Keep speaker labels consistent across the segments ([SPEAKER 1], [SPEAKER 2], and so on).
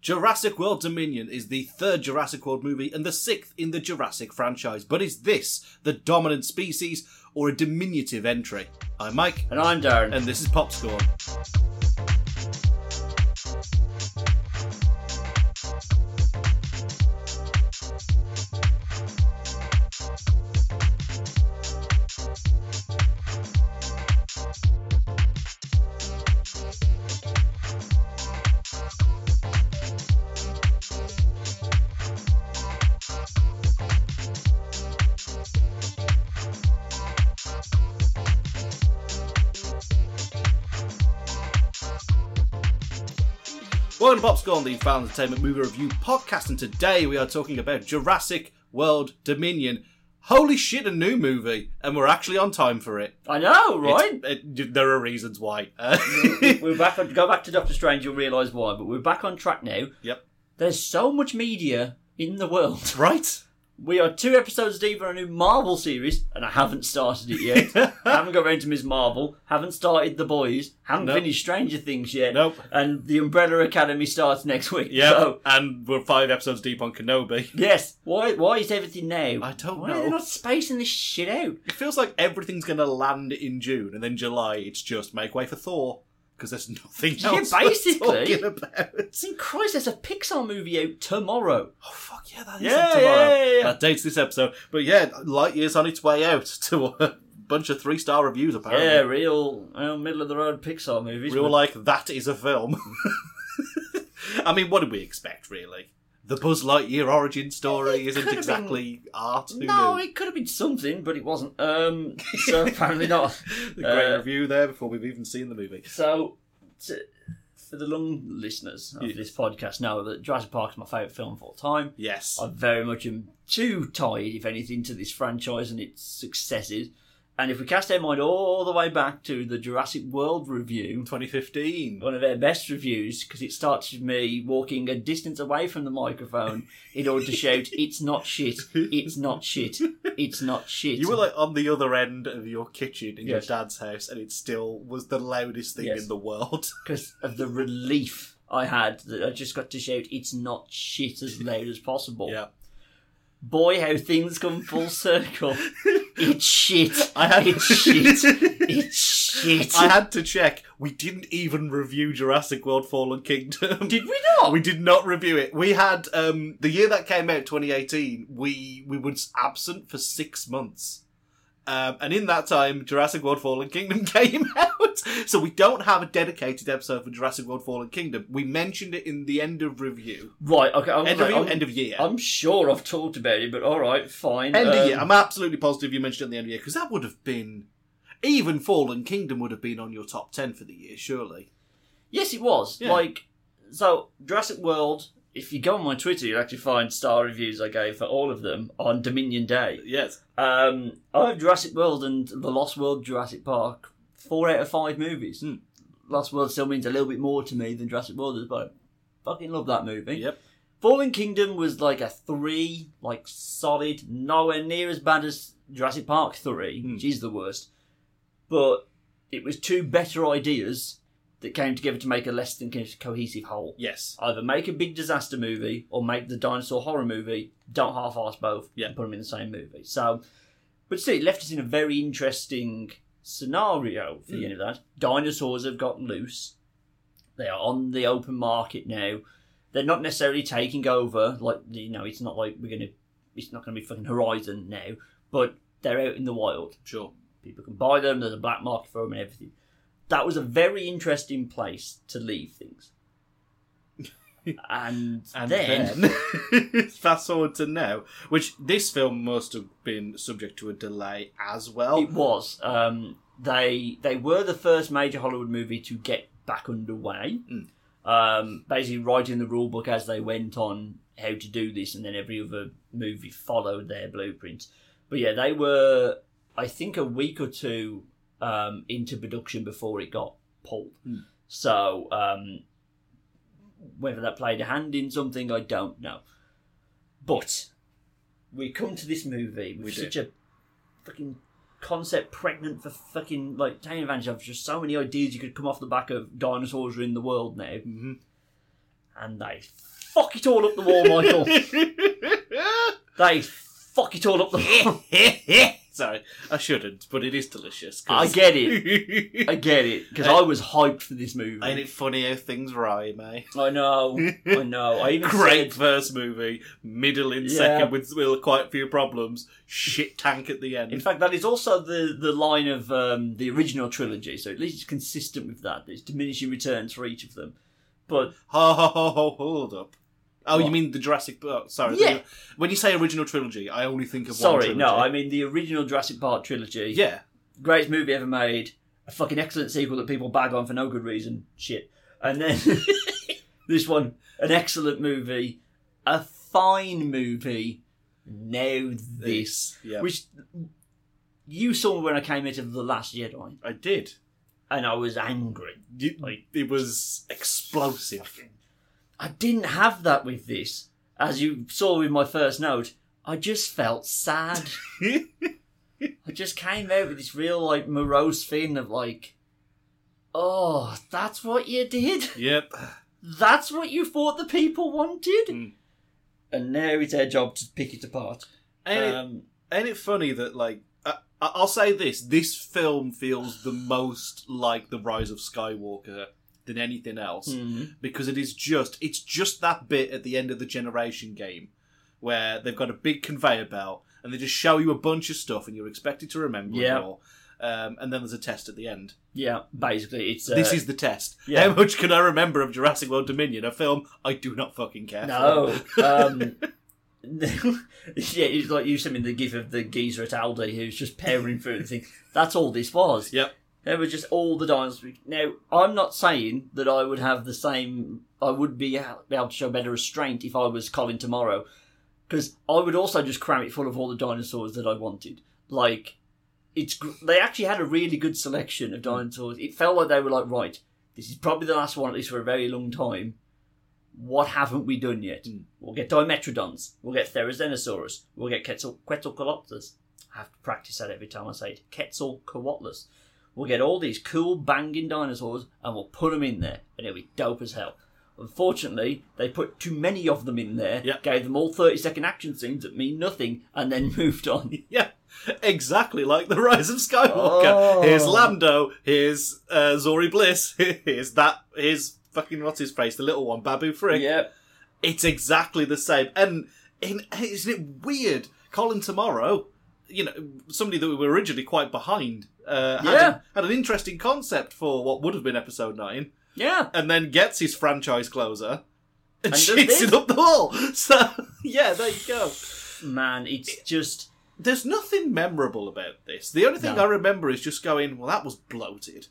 [SPEAKER 1] Jurassic World Dominion is the third Jurassic World movie and the sixth in the Jurassic franchise. But is this the dominant species or a diminutive entry? I'm Mike,
[SPEAKER 2] And I'm Darren.
[SPEAKER 1] and this is Popscore. Welcome to Popscorn, the Found Entertainment Movie Review Podcast, and today we are talking about Jurassic World Dominion. Holy shit, a new movie, and we're actually on time for it.
[SPEAKER 2] I know,
[SPEAKER 1] It's-
[SPEAKER 2] right?
[SPEAKER 1] it- there are reasons why. Uh,
[SPEAKER 2] we're back on. Go back to Doctor Strange, you'll realise why. But we're back on track now.
[SPEAKER 1] Yep.
[SPEAKER 2] There's so much media in the world.
[SPEAKER 1] right?
[SPEAKER 2] We are two episodes deep on a new Marvel series, and I haven't started it yet. I haven't got round to Ms. Marvel. Haven't started The Boys. Haven't
[SPEAKER 1] Nope.
[SPEAKER 2] finished Stranger Things yet.
[SPEAKER 1] Nope.
[SPEAKER 2] And the Umbrella Academy starts next week.
[SPEAKER 1] Yeah,
[SPEAKER 2] So,
[SPEAKER 1] and we're five episodes deep on Kenobi.
[SPEAKER 2] yes. Why? Why is everything now?
[SPEAKER 1] I don't
[SPEAKER 2] why
[SPEAKER 1] know.
[SPEAKER 2] are they not spacing this shit out?
[SPEAKER 1] It feels like everything's going to land in June, and then July, it's just make way for Thor, because there's nothing
[SPEAKER 2] Yeah,
[SPEAKER 1] else we're
[SPEAKER 2] basically.
[SPEAKER 1] talking about.
[SPEAKER 2] It's in Christ. There's a Pixar movie out tomorrow.
[SPEAKER 1] Oh fuck yeah, that is
[SPEAKER 2] Yeah,
[SPEAKER 1] up tomorrow.
[SPEAKER 2] yeah, yeah, yeah.
[SPEAKER 1] That dates this episode. But yeah, Light Years on its way out to a bunch of three star reviews apparently.
[SPEAKER 2] Yeah, real, real middle of the road Pixar movies.
[SPEAKER 1] Real
[SPEAKER 2] but-
[SPEAKER 1] like that is a film. I mean, what did we expect really? The Buzz Lightyear origin story
[SPEAKER 2] It
[SPEAKER 1] isn't
[SPEAKER 2] could've
[SPEAKER 1] exactly art. Who
[SPEAKER 2] No,
[SPEAKER 1] knew?
[SPEAKER 2] it could have been something, but it wasn't. Um, so apparently not.
[SPEAKER 1] A Great
[SPEAKER 2] uh,
[SPEAKER 1] review there before we've even seen the movie.
[SPEAKER 2] So, t for the long listeners of
[SPEAKER 1] Yeah.
[SPEAKER 2] this podcast, know that Jurassic Park is my favourite film of all time.
[SPEAKER 1] Yes.
[SPEAKER 2] I very much am too tied, if anything, to this franchise and its successes. And if we cast our mind all the way back to the Jurassic World review,
[SPEAKER 1] 2015.
[SPEAKER 2] one of their best reviews because it starts with me walking a distance away from the microphone in order to shout, "It's not shit! It's not shit! It's not shit!"
[SPEAKER 1] You were like on the other end of your kitchen in
[SPEAKER 2] Yes.
[SPEAKER 1] your dad's house, and it still was the loudest thing
[SPEAKER 2] Yes.
[SPEAKER 1] in the world.
[SPEAKER 2] because of the relief I had that I just got to shout, "It's not shit!" as loud as possible.
[SPEAKER 1] yeah.
[SPEAKER 2] Boy, how things come full circle. it's shit.
[SPEAKER 1] I had
[SPEAKER 2] It's shit. It's shit.
[SPEAKER 1] I had to check. We didn't even review Jurassic World Fallen Kingdom.
[SPEAKER 2] Did we not?
[SPEAKER 1] we did not review it. We had um the year that came out 2018, we we was absent for 6 months. Um, and in that time, Jurassic World Fallen Kingdom came out. So we don't have a dedicated episode for Jurassic World Fallen Kingdom. We mentioned it in the end of review.
[SPEAKER 2] right. Okay. I'm,
[SPEAKER 1] End of
[SPEAKER 2] gonna-
[SPEAKER 1] review,
[SPEAKER 2] I'm,
[SPEAKER 1] end of year.
[SPEAKER 2] I'm sure I've talked about it, but all right, fine.
[SPEAKER 1] End of
[SPEAKER 2] um,
[SPEAKER 1] year. I'm absolutely positive you mentioned it at the end of year because that would have been even Fallen Kingdom would have been on your top 10 for the year, surely.
[SPEAKER 2] Yes, it was.
[SPEAKER 1] Yeah.
[SPEAKER 2] Like, so Jurassic World. If you go on my Twitter, you'll actually find star reviews I gave for all of them on Dominion Day.
[SPEAKER 1] Yes.
[SPEAKER 2] Um, I have Jurassic World and The Lost World, Jurassic Park. Four out of five movies.
[SPEAKER 1] Hmm.
[SPEAKER 2] Lost World still means a little bit more to me than Jurassic World does, but I fucking love that movie.
[SPEAKER 1] Yep.
[SPEAKER 2] Fallen Kingdom was like a three, like solid, nowhere near as bad as Jurassic Park three,
[SPEAKER 1] Hmm.
[SPEAKER 2] which is the worst. But it was two better ideas that came together to make a less than co- cohesive whole.
[SPEAKER 1] Yes.
[SPEAKER 2] Either make a big disaster movie or make the dinosaur horror movie. Don't half-ass both
[SPEAKER 1] Yeah.
[SPEAKER 2] and put them in the same movie. So, but still, it left us in a very interesting scenario for the end of that. Dinosaurs have gotten loose. They are on the open market now. They're not necessarily taking over. Like you know, it's not like we're gonna. It's not gonna be fucking Horizon now, but they're out in the wild.
[SPEAKER 1] Sure.
[SPEAKER 2] People can buy them. There's a black market for them and everything. That was a very interesting place to leave things. and,
[SPEAKER 1] And
[SPEAKER 2] then,
[SPEAKER 1] then, fast forward to now, which this film must have been subject to a delay as well.
[SPEAKER 2] it was. Um, they they were the first major Hollywood movie to get back underway.
[SPEAKER 1] Mm.
[SPEAKER 2] Um, basically, writing the rule book as they went on how to do this, and then every other movie followed their blueprints. But yeah, they were, I think, a week or two um, into production before it got pulled.
[SPEAKER 1] Mm.
[SPEAKER 2] So um, whether that played a hand in something, I don't know. But we come to this movie with
[SPEAKER 1] We do.
[SPEAKER 2] such a fucking concept pregnant for fucking like taking advantage of just so many ideas you could come off the back of dinosaurs are in the world now
[SPEAKER 1] hmm
[SPEAKER 2] and they fuck it all up the wall, Michael. they fuck it all up the wall.
[SPEAKER 1] Sorry, I shouldn't, but it is delicious. 'cause-
[SPEAKER 2] I get it.
[SPEAKER 1] Ain't
[SPEAKER 2] I get it because I was hyped for this movie.
[SPEAKER 1] it funny how things rhyme, eh?
[SPEAKER 2] I know. I know. I even
[SPEAKER 1] Great
[SPEAKER 2] said-
[SPEAKER 1] first movie, middling
[SPEAKER 2] Yeah.
[SPEAKER 1] second with, with quite a few problems, shit tank at the end.
[SPEAKER 2] In fact, that is also the, the line of um, the original trilogy, so at least it's consistent with that. There's diminishing returns for each of them. But
[SPEAKER 1] ho, ho, ho, ho, hold up. Oh, you
[SPEAKER 2] What?
[SPEAKER 1] mean the Jurassic Park? Oh, Sorry.
[SPEAKER 2] Yeah.
[SPEAKER 1] When you say original trilogy, I only think of one
[SPEAKER 2] sorry,
[SPEAKER 1] trilogy.
[SPEAKER 2] no, I mean the original Jurassic Park trilogy.
[SPEAKER 1] Yeah.
[SPEAKER 2] Greatest movie ever made. A fucking excellent sequel that people bag on for no good reason. Shit. And then this one, an excellent movie. A fine movie. Now this.
[SPEAKER 1] Yeah.
[SPEAKER 2] Which you saw when I came into The Last Jedi,
[SPEAKER 1] I did.
[SPEAKER 2] and I was angry.
[SPEAKER 1] You,
[SPEAKER 2] Like-
[SPEAKER 1] it was explosive.
[SPEAKER 2] I didn't have that with this. As you saw with my first note, I just felt sad. I just came out with this real like morose feeling of like, oh, that's what you did.
[SPEAKER 1] Yep.
[SPEAKER 2] That's what you thought the people wanted.
[SPEAKER 1] Mm.
[SPEAKER 2] And now it's our job to pick it apart.
[SPEAKER 1] And it-
[SPEAKER 2] um,
[SPEAKER 1] Ain't it funny that like I, I- I'll say this: this film feels the most like the Rise of Skywalker than anything else
[SPEAKER 2] mm,
[SPEAKER 1] because it is just it's just that bit at the end of the Generation game where they've got a big conveyor belt and they just show you a bunch of stuff and you're expected to remember
[SPEAKER 2] Yeah.
[SPEAKER 1] it all. Um, and then there's a test at the end.
[SPEAKER 2] yeah, basically it's uh,
[SPEAKER 1] this is the test.
[SPEAKER 2] yeah.
[SPEAKER 1] How much can I remember of Jurassic World Dominion, a film I do not fucking care
[SPEAKER 2] No.
[SPEAKER 1] for?
[SPEAKER 2] Um, yeah, it's like you sent me the gif of the geezer at Aldi who's just powering through the thing. That's all this was.
[SPEAKER 1] Yep.
[SPEAKER 2] There were just all the dinosaurs. Now, I'm not saying that I would have the same. I would be a- be able to show better restraint if I was Colin tomorrow, because I would also just cram it full of all the dinosaurs that I wanted. Like, it's gr- they actually had a really good selection of dinosaurs. It felt like they were like, right, this is probably the last one at least for a very long time. What haven't we done yet?
[SPEAKER 1] Mm.
[SPEAKER 2] We'll get Dimetrodons. We'll get Therizinosaurus. We'll get Quetzal- Quetzalcoatlus. I have to practice that every time I say it. Quetzalcoatlus. We'll get all these cool banging dinosaurs and we'll put them in there, and it'll be dope as hell. Unfortunately, they put too many of them in there,
[SPEAKER 1] Yeah.
[SPEAKER 2] gave them all 30 second action scenes that mean nothing, and then moved on.
[SPEAKER 1] Yeah, exactly like the Rise of Skywalker.
[SPEAKER 2] Oh.
[SPEAKER 1] Here's Lando. Here's uh, Zori Bliss. Here's that. Here's fucking what's his face, the little one, Babu Frick.
[SPEAKER 2] yeah.
[SPEAKER 1] It's exactly the same. And in, isn't it weird? Colin Tomorrow, you know, somebody that we were originally quite behind, uh, had,
[SPEAKER 2] Yeah.
[SPEAKER 1] had an interesting concept for what would have been Episode Nine,
[SPEAKER 2] Yeah.
[SPEAKER 1] and then gets his franchise closer. And,
[SPEAKER 2] And does
[SPEAKER 1] shits
[SPEAKER 2] this.
[SPEAKER 1] it up the wall. So yeah, there you go.
[SPEAKER 2] Man, it's just.
[SPEAKER 1] There's nothing memorable about this. The only thing
[SPEAKER 2] No.
[SPEAKER 1] I remember is just going, well, that was bloated.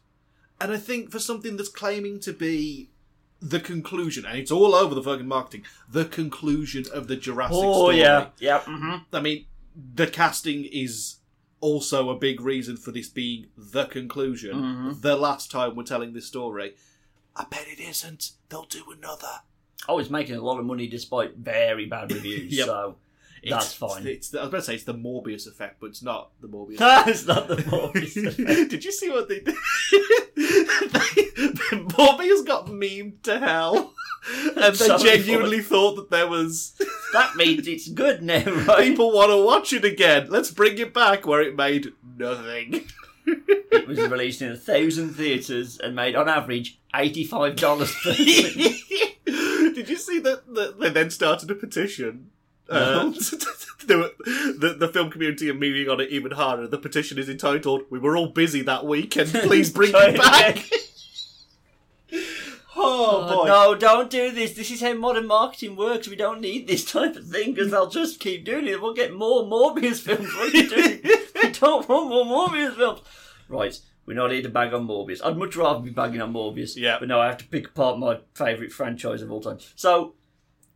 [SPEAKER 1] And I think for something that's claiming to be the conclusion, and it's all over the fucking marketing, the conclusion of the Jurassic
[SPEAKER 2] Oh,
[SPEAKER 1] story.
[SPEAKER 2] yeah. Yeah. hmm
[SPEAKER 1] I mean, the casting is also a big reason for this being the conclusion.
[SPEAKER 2] Mhm.
[SPEAKER 1] The last time we're telling this story. I bet it isn't. They'll do another.
[SPEAKER 2] Oh, it's making a lot of money despite very bad reviews,
[SPEAKER 1] Yep.
[SPEAKER 2] so that's fine.
[SPEAKER 1] It's, the- I was about to say it's the Morbius effect, but it's not the Morbius
[SPEAKER 2] that's not the point.
[SPEAKER 1] Did you see what they did? they, Morbius got memed to hell. And they
[SPEAKER 2] So
[SPEAKER 1] genuinely thought that there was
[SPEAKER 2] that means it's good now, right?
[SPEAKER 1] people want to watch it again. Let's bring it back where it made nothing.
[SPEAKER 2] It was released in a thousand theatres and made, on average, eighty-five dollars per. minute.
[SPEAKER 1] Did you see that, that they then started a petition? Um, they were- the, the film community are moving on it even harder. The petition is entitled "We were all busy that week, and please bring
[SPEAKER 2] Try
[SPEAKER 1] it
[SPEAKER 2] it
[SPEAKER 1] back."
[SPEAKER 2] Oh, no, don't do this. This is how modern marketing works. We don't need this type of thing because they'll just keep doing it. We'll get more Morbius films. What are you doing? we don't want more Morbius films. Right, we're not here to bag on Morbius. I'd much rather be bagging on Morbius.
[SPEAKER 1] Yeah.
[SPEAKER 2] But no, I have to pick apart my favourite franchise of all time. So,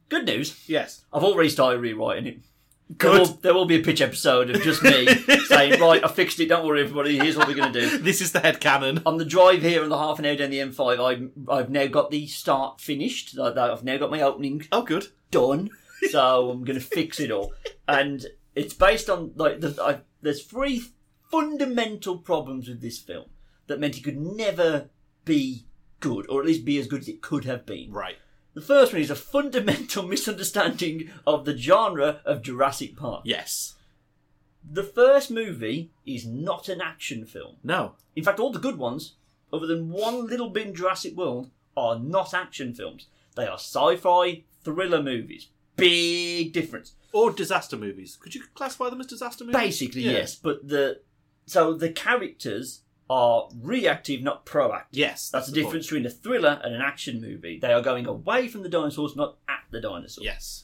[SPEAKER 2] good news.
[SPEAKER 1] Yes,
[SPEAKER 2] I've already started rewriting it. There
[SPEAKER 1] good.
[SPEAKER 2] will, there will be a pitch episode of just me saying, right, I fixed it. Don't worry, everybody. Here's what we're going to do
[SPEAKER 1] This is the head cannon.
[SPEAKER 2] on the drive here on the half an hour down the M5, I've, I've now got the start finished. Like that, I've now got my opening
[SPEAKER 1] Oh, good.
[SPEAKER 2] done, so I'm going to fix it all. And it's based on like the, I, there's three fundamental problems with this film that meant it could never be good, or at least be as good as it could have been.
[SPEAKER 1] Right.
[SPEAKER 2] The first one is a fundamental misunderstanding of the genre of Jurassic Park.
[SPEAKER 1] Yes.
[SPEAKER 2] The first movie is not an action film.
[SPEAKER 1] No.
[SPEAKER 2] In fact, all the good ones, other than one little bit in Jurassic World, are not action films. They are sci fi thriller movies. Big difference.
[SPEAKER 1] Or disaster movies. Could you classify them as disaster movies?
[SPEAKER 2] Basically,
[SPEAKER 1] Yeah.
[SPEAKER 2] yes, but the. So the characters are reactive, not proactive.
[SPEAKER 1] Yes.
[SPEAKER 2] That's the
[SPEAKER 1] point.
[SPEAKER 2] difference between a thriller and an action movie. They are going away from the dinosaurs, not at the dinosaurs.
[SPEAKER 1] Yes.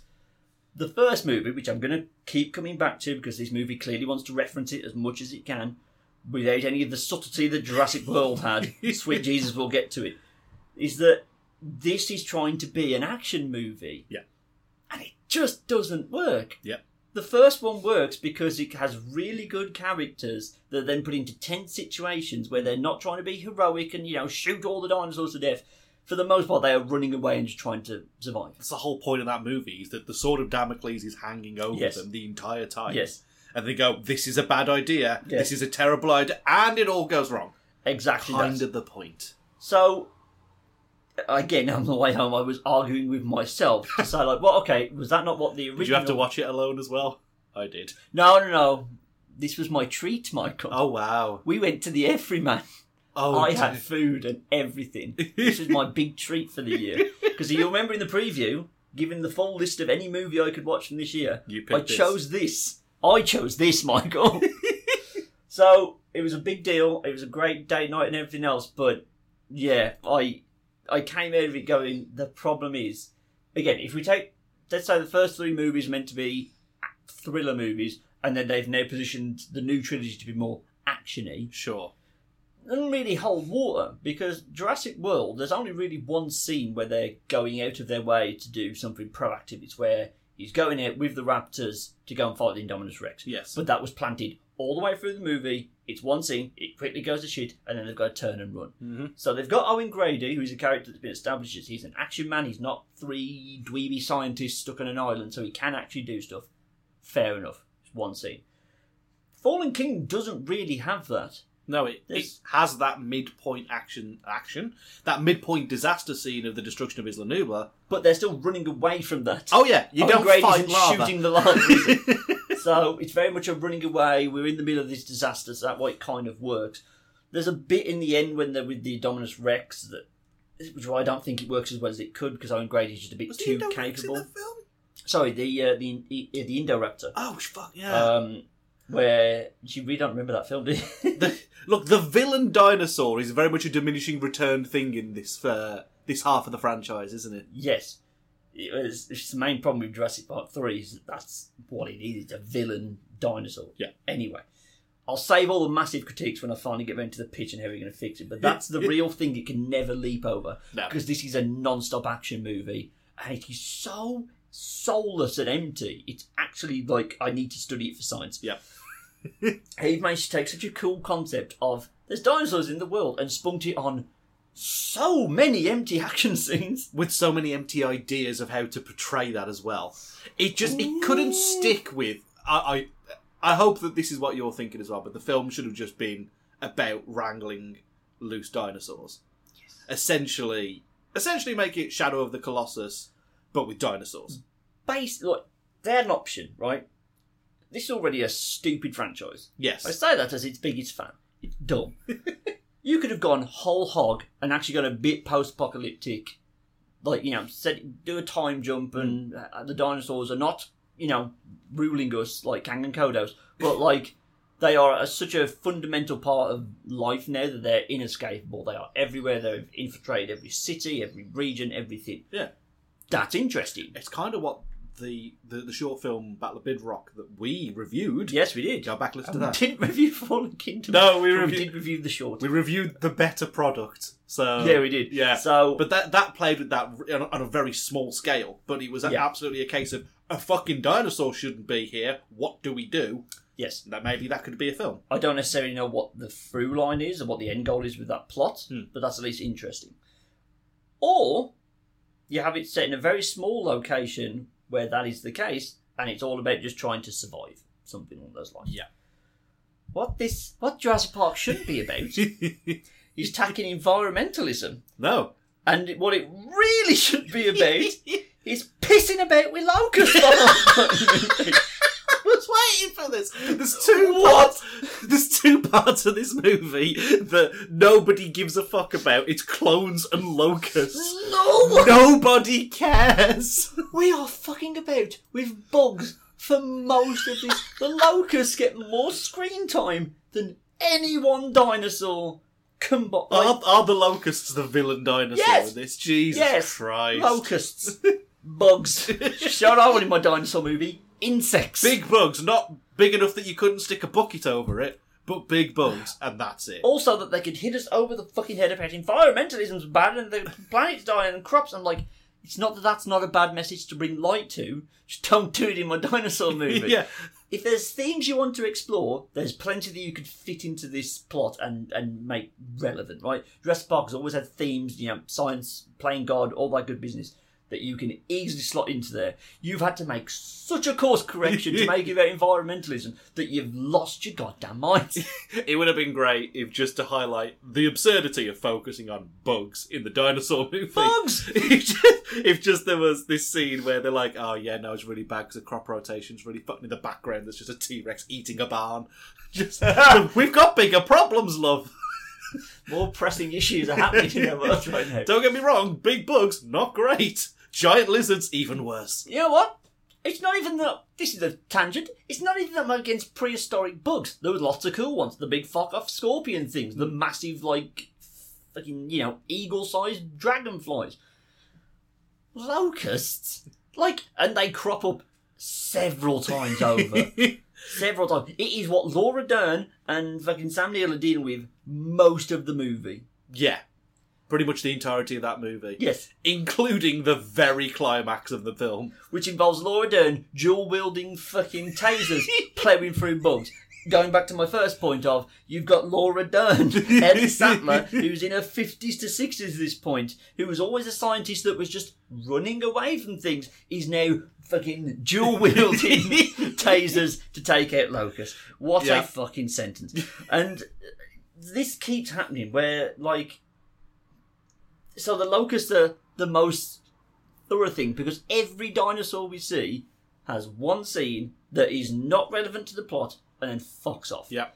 [SPEAKER 2] The first movie, which I'm going to keep coming back to because this movie clearly wants to reference it as much as it can without any of the subtlety that Jurassic World had. Sweet Jesus, we'll get to it. Is that this is trying to be an action movie.
[SPEAKER 1] Yeah.
[SPEAKER 2] And it just doesn't work.
[SPEAKER 1] Yeah.
[SPEAKER 2] The first one works because it has really good characters that are then put into tense situations where they're not trying to be heroic and, you know, shoot all the dinosaurs to death. For the most part, they are running away and just trying to survive.
[SPEAKER 1] That's the whole point of that movie is that the sword of Damocles is hanging over
[SPEAKER 2] Yes.
[SPEAKER 1] them the entire time.
[SPEAKER 2] Yes.
[SPEAKER 1] And they go, this is a bad idea.
[SPEAKER 2] Yes.
[SPEAKER 1] This is a terrible idea. And it all goes wrong.
[SPEAKER 2] Exactly that.
[SPEAKER 1] Kind of the point.
[SPEAKER 2] So again, on the way home, I was arguing with myself to say like, "Well, okay, was that not what the original?"
[SPEAKER 1] Did you have to watch it alone as well? I did.
[SPEAKER 2] No, no, no. This was my treat, Michael.
[SPEAKER 1] Oh, wow.
[SPEAKER 2] We went to the Everyman.
[SPEAKER 1] Oh,
[SPEAKER 2] I
[SPEAKER 1] dear.
[SPEAKER 2] had food and everything. This was my big treat for the year. Because you'll remember in the preview, given the full list of any movie I could watch from this year,
[SPEAKER 1] You picked
[SPEAKER 2] I
[SPEAKER 1] this.
[SPEAKER 2] chose this. I chose this, Michael. so it was a big deal. It was a great day, night, and everything else. But yeah, I I came out of it going. The problem is, again, if we take let's say the first three movies meant to be thriller movies, and then they've now positioned the new trilogy to be more actiony
[SPEAKER 1] Sure. Yes.
[SPEAKER 2] But that was planted all the way through the movie. It's one scene, it quickly goes to shit, and then they've got to turn and run.
[SPEAKER 1] mm-hmm.
[SPEAKER 2] So they've got Owen Grady, who's a character that's been established as he's an action man. He's not three dweeby scientists stuck on an island, so he can actually do stuff. Fair enough. It's one scene. Fallen King doesn't really have that.
[SPEAKER 1] No, it, it
[SPEAKER 2] There's-
[SPEAKER 1] has that midpoint action, action, that midpoint disaster scene of the destruction of Isla Nubla.
[SPEAKER 2] but they're still running away from that.
[SPEAKER 1] Oh yeah, you
[SPEAKER 2] Owen
[SPEAKER 1] don't
[SPEAKER 2] Grady's
[SPEAKER 1] fight
[SPEAKER 2] in
[SPEAKER 1] lava.
[SPEAKER 2] shooting the lava. is it? so it's very much a running away. We're in the middle of this disaster, so that way it kind of works. There's a bit in the end when they're with the Dominus Rex that, which is why I don't think it works as well as it could because Owen Grady's just a bit
[SPEAKER 1] Was
[SPEAKER 2] too
[SPEAKER 1] Indo Rex
[SPEAKER 2] capable.
[SPEAKER 1] in the film?
[SPEAKER 2] Sorry, the uh, the uh, the Indoraptor.
[SPEAKER 1] Oh fuck yeah!
[SPEAKER 2] Um, where you really don't remember that film, do you?
[SPEAKER 1] the, look, the villain dinosaur is very much a diminishing return thing in this uh, this half of the franchise, isn't it?
[SPEAKER 2] Yes. It was, it's the main problem with Jurassic Park 3 is that that's what it is. It's a villain dinosaur.
[SPEAKER 1] Yeah.
[SPEAKER 2] Anyway, I'll save all the massive critiques when I finally get around to the pitch and how we're going to fix it, but that's the real thing it can never leap over
[SPEAKER 1] No.
[SPEAKER 2] because this is a non stop action movie and it is so soulless and empty. It's actually like I need to study it for science.
[SPEAKER 1] Yeah.
[SPEAKER 2] he managed to take such a cool concept of there's dinosaurs in the world and spunked it on so many empty action scenes.
[SPEAKER 1] With so many empty ideas of how to portray that as well, it just it couldn't stick with. I, I I hope that this is what you're thinking as well, but the film should have just been about wrangling loose dinosaurs, essentially. Essentially, make it Shadow of the Colossus, but with dinosaurs.
[SPEAKER 2] base like they're an option, right? This is already a stupid franchise.
[SPEAKER 1] Yes.
[SPEAKER 2] I say that as its biggest fan. It's dumb. you could have gone whole hog and actually gone a bit post-apocalyptic, like you know, set, do a time jump and uh, the dinosaurs are not you know ruling us like Kang and Kodos, but like they are a, such a fundamental part of life now that they're inescapable. They are everywhere. They've infiltrated every city, every region, everything.
[SPEAKER 1] Yeah.
[SPEAKER 2] That's interesting.
[SPEAKER 1] it's kind of what the, the the short film Battle of Bidrock that we reviewed.
[SPEAKER 2] Yes, we did.
[SPEAKER 1] Go back listen to
[SPEAKER 2] We
[SPEAKER 1] that.
[SPEAKER 2] didn't review Fallen Kingdom.
[SPEAKER 1] Um, No, we
[SPEAKER 2] but
[SPEAKER 1] reviewed-
[SPEAKER 2] did review the short.
[SPEAKER 1] We reviewed the better product. So
[SPEAKER 2] yeah, we did.
[SPEAKER 1] Yeah.
[SPEAKER 2] So,
[SPEAKER 1] but that that played with that on a- on a very small scale. But it was
[SPEAKER 2] Yeah.
[SPEAKER 1] absolutely a case of a fucking dinosaur shouldn't be here. What do we do?
[SPEAKER 2] yes,
[SPEAKER 1] That maybe that could be a film.
[SPEAKER 2] I don't necessarily know what the through line is and what the end goal is with that plot,
[SPEAKER 1] Hmm.
[SPEAKER 2] but that's at least interesting. Or you have it set in a very small location where that is the case, and it's all about just trying to survive. Something along those lines.
[SPEAKER 1] Yeah.
[SPEAKER 2] What this, what Jurassic Park should be about, is tackling environmentalism.
[SPEAKER 1] no,
[SPEAKER 2] And it- what it really should be about is pissing about with locusts. on our movie.
[SPEAKER 1] I was waiting for this. There's two
[SPEAKER 2] What?
[SPEAKER 1] parts. There's two parts of this movie that nobody gives a fuck about. It's clones and locusts.
[SPEAKER 2] no,
[SPEAKER 1] Nobody cares.
[SPEAKER 2] we are fucking about with bugs for most of this. The locusts get more screen time than any one dinosaur combined.
[SPEAKER 1] Are, are the locusts the villain dinosaur
[SPEAKER 2] Yes.
[SPEAKER 1] in this? Jesus
[SPEAKER 2] Yes.
[SPEAKER 1] Christ.
[SPEAKER 2] locusts, bugs. Shut up! I wanted my dinosaur movie. Insects.
[SPEAKER 1] Big bugs, not big enough that you couldn't stick a bucket over it, but big bugs, and that's it.
[SPEAKER 2] Also, that they could hit us over the fucking head about environmentalism's bad and the planet's dying and crops. I'm like, it's not that that's not a bad message to bring light to. Just don't do it in my dinosaur movie.
[SPEAKER 1] yeah.
[SPEAKER 2] If there's themes you want to explore, there's plenty that you could fit into this plot and, and make relevant, right? Jurassic Park has always had themes, you know, science, playing God, all that good business that you can easily slot into there. You've had to make such a course correction to make it about environmentalism that you've lost your goddamn mind.
[SPEAKER 1] It would have been great if just to highlight the absurdity of focusing on bugs in the dinosaur movie.
[SPEAKER 2] Bugs!
[SPEAKER 1] if, just, if just there was this scene where they're like, oh yeah, no, it's really bad because the crop rotation's really fucking in the background. There's just a T Rex eating a barn. Just we've got bigger problems, love.
[SPEAKER 2] More pressing issues are happening in the world right now.
[SPEAKER 1] Don't get me wrong, big bugs not great. Giant lizards even worse.
[SPEAKER 2] You know what? It's not even that. This is a tangent. It's not even that I'm against prehistoric bugs. There were lots of cool ones. The big fuck off scorpion things. The massive, like, fucking, you know, eagle sized dragonflies. Locusts? Like, and they crop up several times over. several times. It is what Laura Dern and fucking Sam Neill are dealing with most of the movie.
[SPEAKER 1] Yeah, pretty much the entirety of that movie,
[SPEAKER 2] Yes.
[SPEAKER 1] including the very climax of the film.
[SPEAKER 2] which involves Laura Dern dual wielding fucking tasers plowing through bugs. Going back to my first point of you've got Laura Dern, Ellie Sattler, who's in her fifties to sixties at this point, who was always a scientist that was just running away from things, is now fucking dual wielding tasers to take out locusts. What
[SPEAKER 1] Yeah.
[SPEAKER 2] a fucking sentence! And uh, this keeps happening where like so the locusts are the most thorough thing because every dinosaur we see has one scene that is not relevant to the plot and then fucks off.
[SPEAKER 1] Yeah.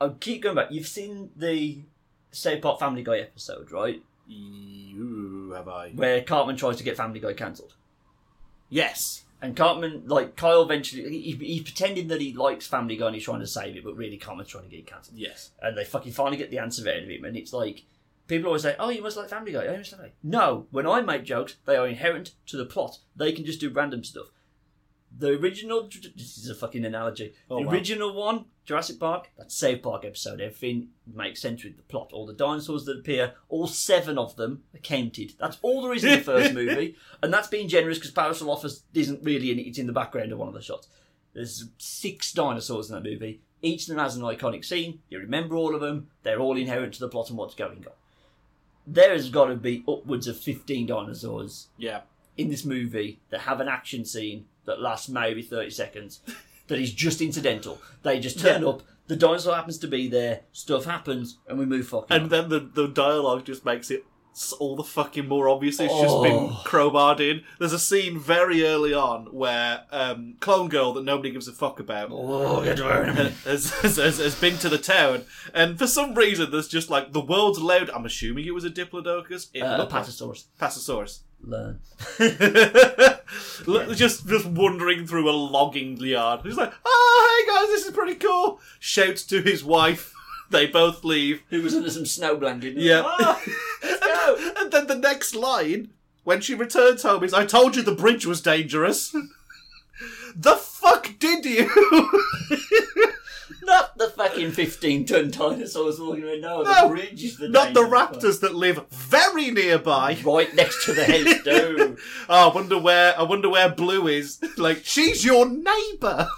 [SPEAKER 2] I'll keep going back. You've seen the South Park Family Guy episode, right?
[SPEAKER 1] You have I?
[SPEAKER 2] Where Cartman tries to get Family Guy cancelled.
[SPEAKER 1] Yes.
[SPEAKER 2] And Cartman, like, Kyle eventually, he, he's pretending that he likes Family Guy and he's trying to save it, but really Cartman's trying to get it cancelled.
[SPEAKER 1] Yes.
[SPEAKER 2] and they fucking finally get the answer out of him. And it's like people always say, "Oh, you must like Family Guy." Oh, you must like Family Guy." No, when I make jokes, they are inherent to the plot. They can just do random stuff. The original, this is a fucking analogy.
[SPEAKER 1] Oh,
[SPEAKER 2] the
[SPEAKER 1] wow.
[SPEAKER 2] original one, Jurassic Park, that South Park episode, everything makes sense with the plot. All the dinosaurs that appear, all seven of them are counted. That's all there is in the first movie, and that's being generous because Paris Office isn't really in it; it's in the background of one of the shots. There's six dinosaurs in that movie. Each of them has an iconic scene. You remember all of them. They're all inherent to the plot and what's going on. There has got to be upwards of 15 dinosaurs
[SPEAKER 1] Yeah.
[SPEAKER 2] in this movie that have an action scene that lasts maybe 30 seconds that is just incidental. They just turn
[SPEAKER 1] Yeah.
[SPEAKER 2] up, the dinosaur happens to be there, stuff happens, and we move fucking
[SPEAKER 1] And
[SPEAKER 2] on.
[SPEAKER 1] then the, the dialogue just makes it s- all the fucking more obvious. It's just been
[SPEAKER 2] Oh.
[SPEAKER 1] crowbarred in. There's a scene very early on where um, Clone Girl, that nobody gives a fuck about,
[SPEAKER 2] Oh, get to wear it.
[SPEAKER 1] has, has, has, has been to the town. And for some reason, there's just like the world's loud. I'm assuming it was a Diplodocus. It
[SPEAKER 2] Uh,
[SPEAKER 1] looked like-
[SPEAKER 2] Apatosaurus.
[SPEAKER 1] Patasaurus.
[SPEAKER 2] Learn.
[SPEAKER 1] Look, just just wandering through a logging yard. He's like, oh, hey guys, this is pretty cool. Shouts to his wife. They both leave.
[SPEAKER 2] Who was under some snow blanket.
[SPEAKER 1] Yeah.
[SPEAKER 2] Oh, let's go.
[SPEAKER 1] And then the next line, when she returns home, is I told you the bridge was dangerous. the fuck did you?
[SPEAKER 2] Not the fucking 15 ton dinosaurs walking around. No,
[SPEAKER 1] No,
[SPEAKER 2] the bridge is the
[SPEAKER 1] Not the
[SPEAKER 2] dangerous part.
[SPEAKER 1] raptors that live very nearby.
[SPEAKER 2] Right next to the house, dude.
[SPEAKER 1] Oh, I wonder where I wonder where Blue is. like, she's your neighbour.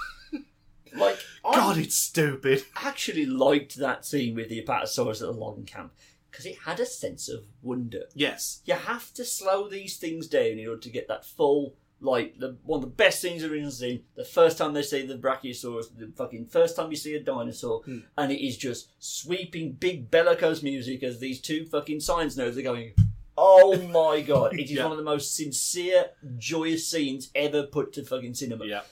[SPEAKER 2] Like, I
[SPEAKER 1] God, it's stupid.
[SPEAKER 2] actually liked that scene with the Apatosaurus at the logging camp because it had a sense of wonder.
[SPEAKER 1] Yes.
[SPEAKER 2] You have to slow these things down in order to get that full, like, the, one of the best things I've ever seen. The first time they see the Brachiosaurus, the fucking first time you see a dinosaur, and it is just sweeping big bellicose music as these two fucking signs know they're going. Oh my god! It is
[SPEAKER 1] Yeah.
[SPEAKER 2] one of the most sincere, joyous scenes ever put to fucking cinema.
[SPEAKER 1] Yeah.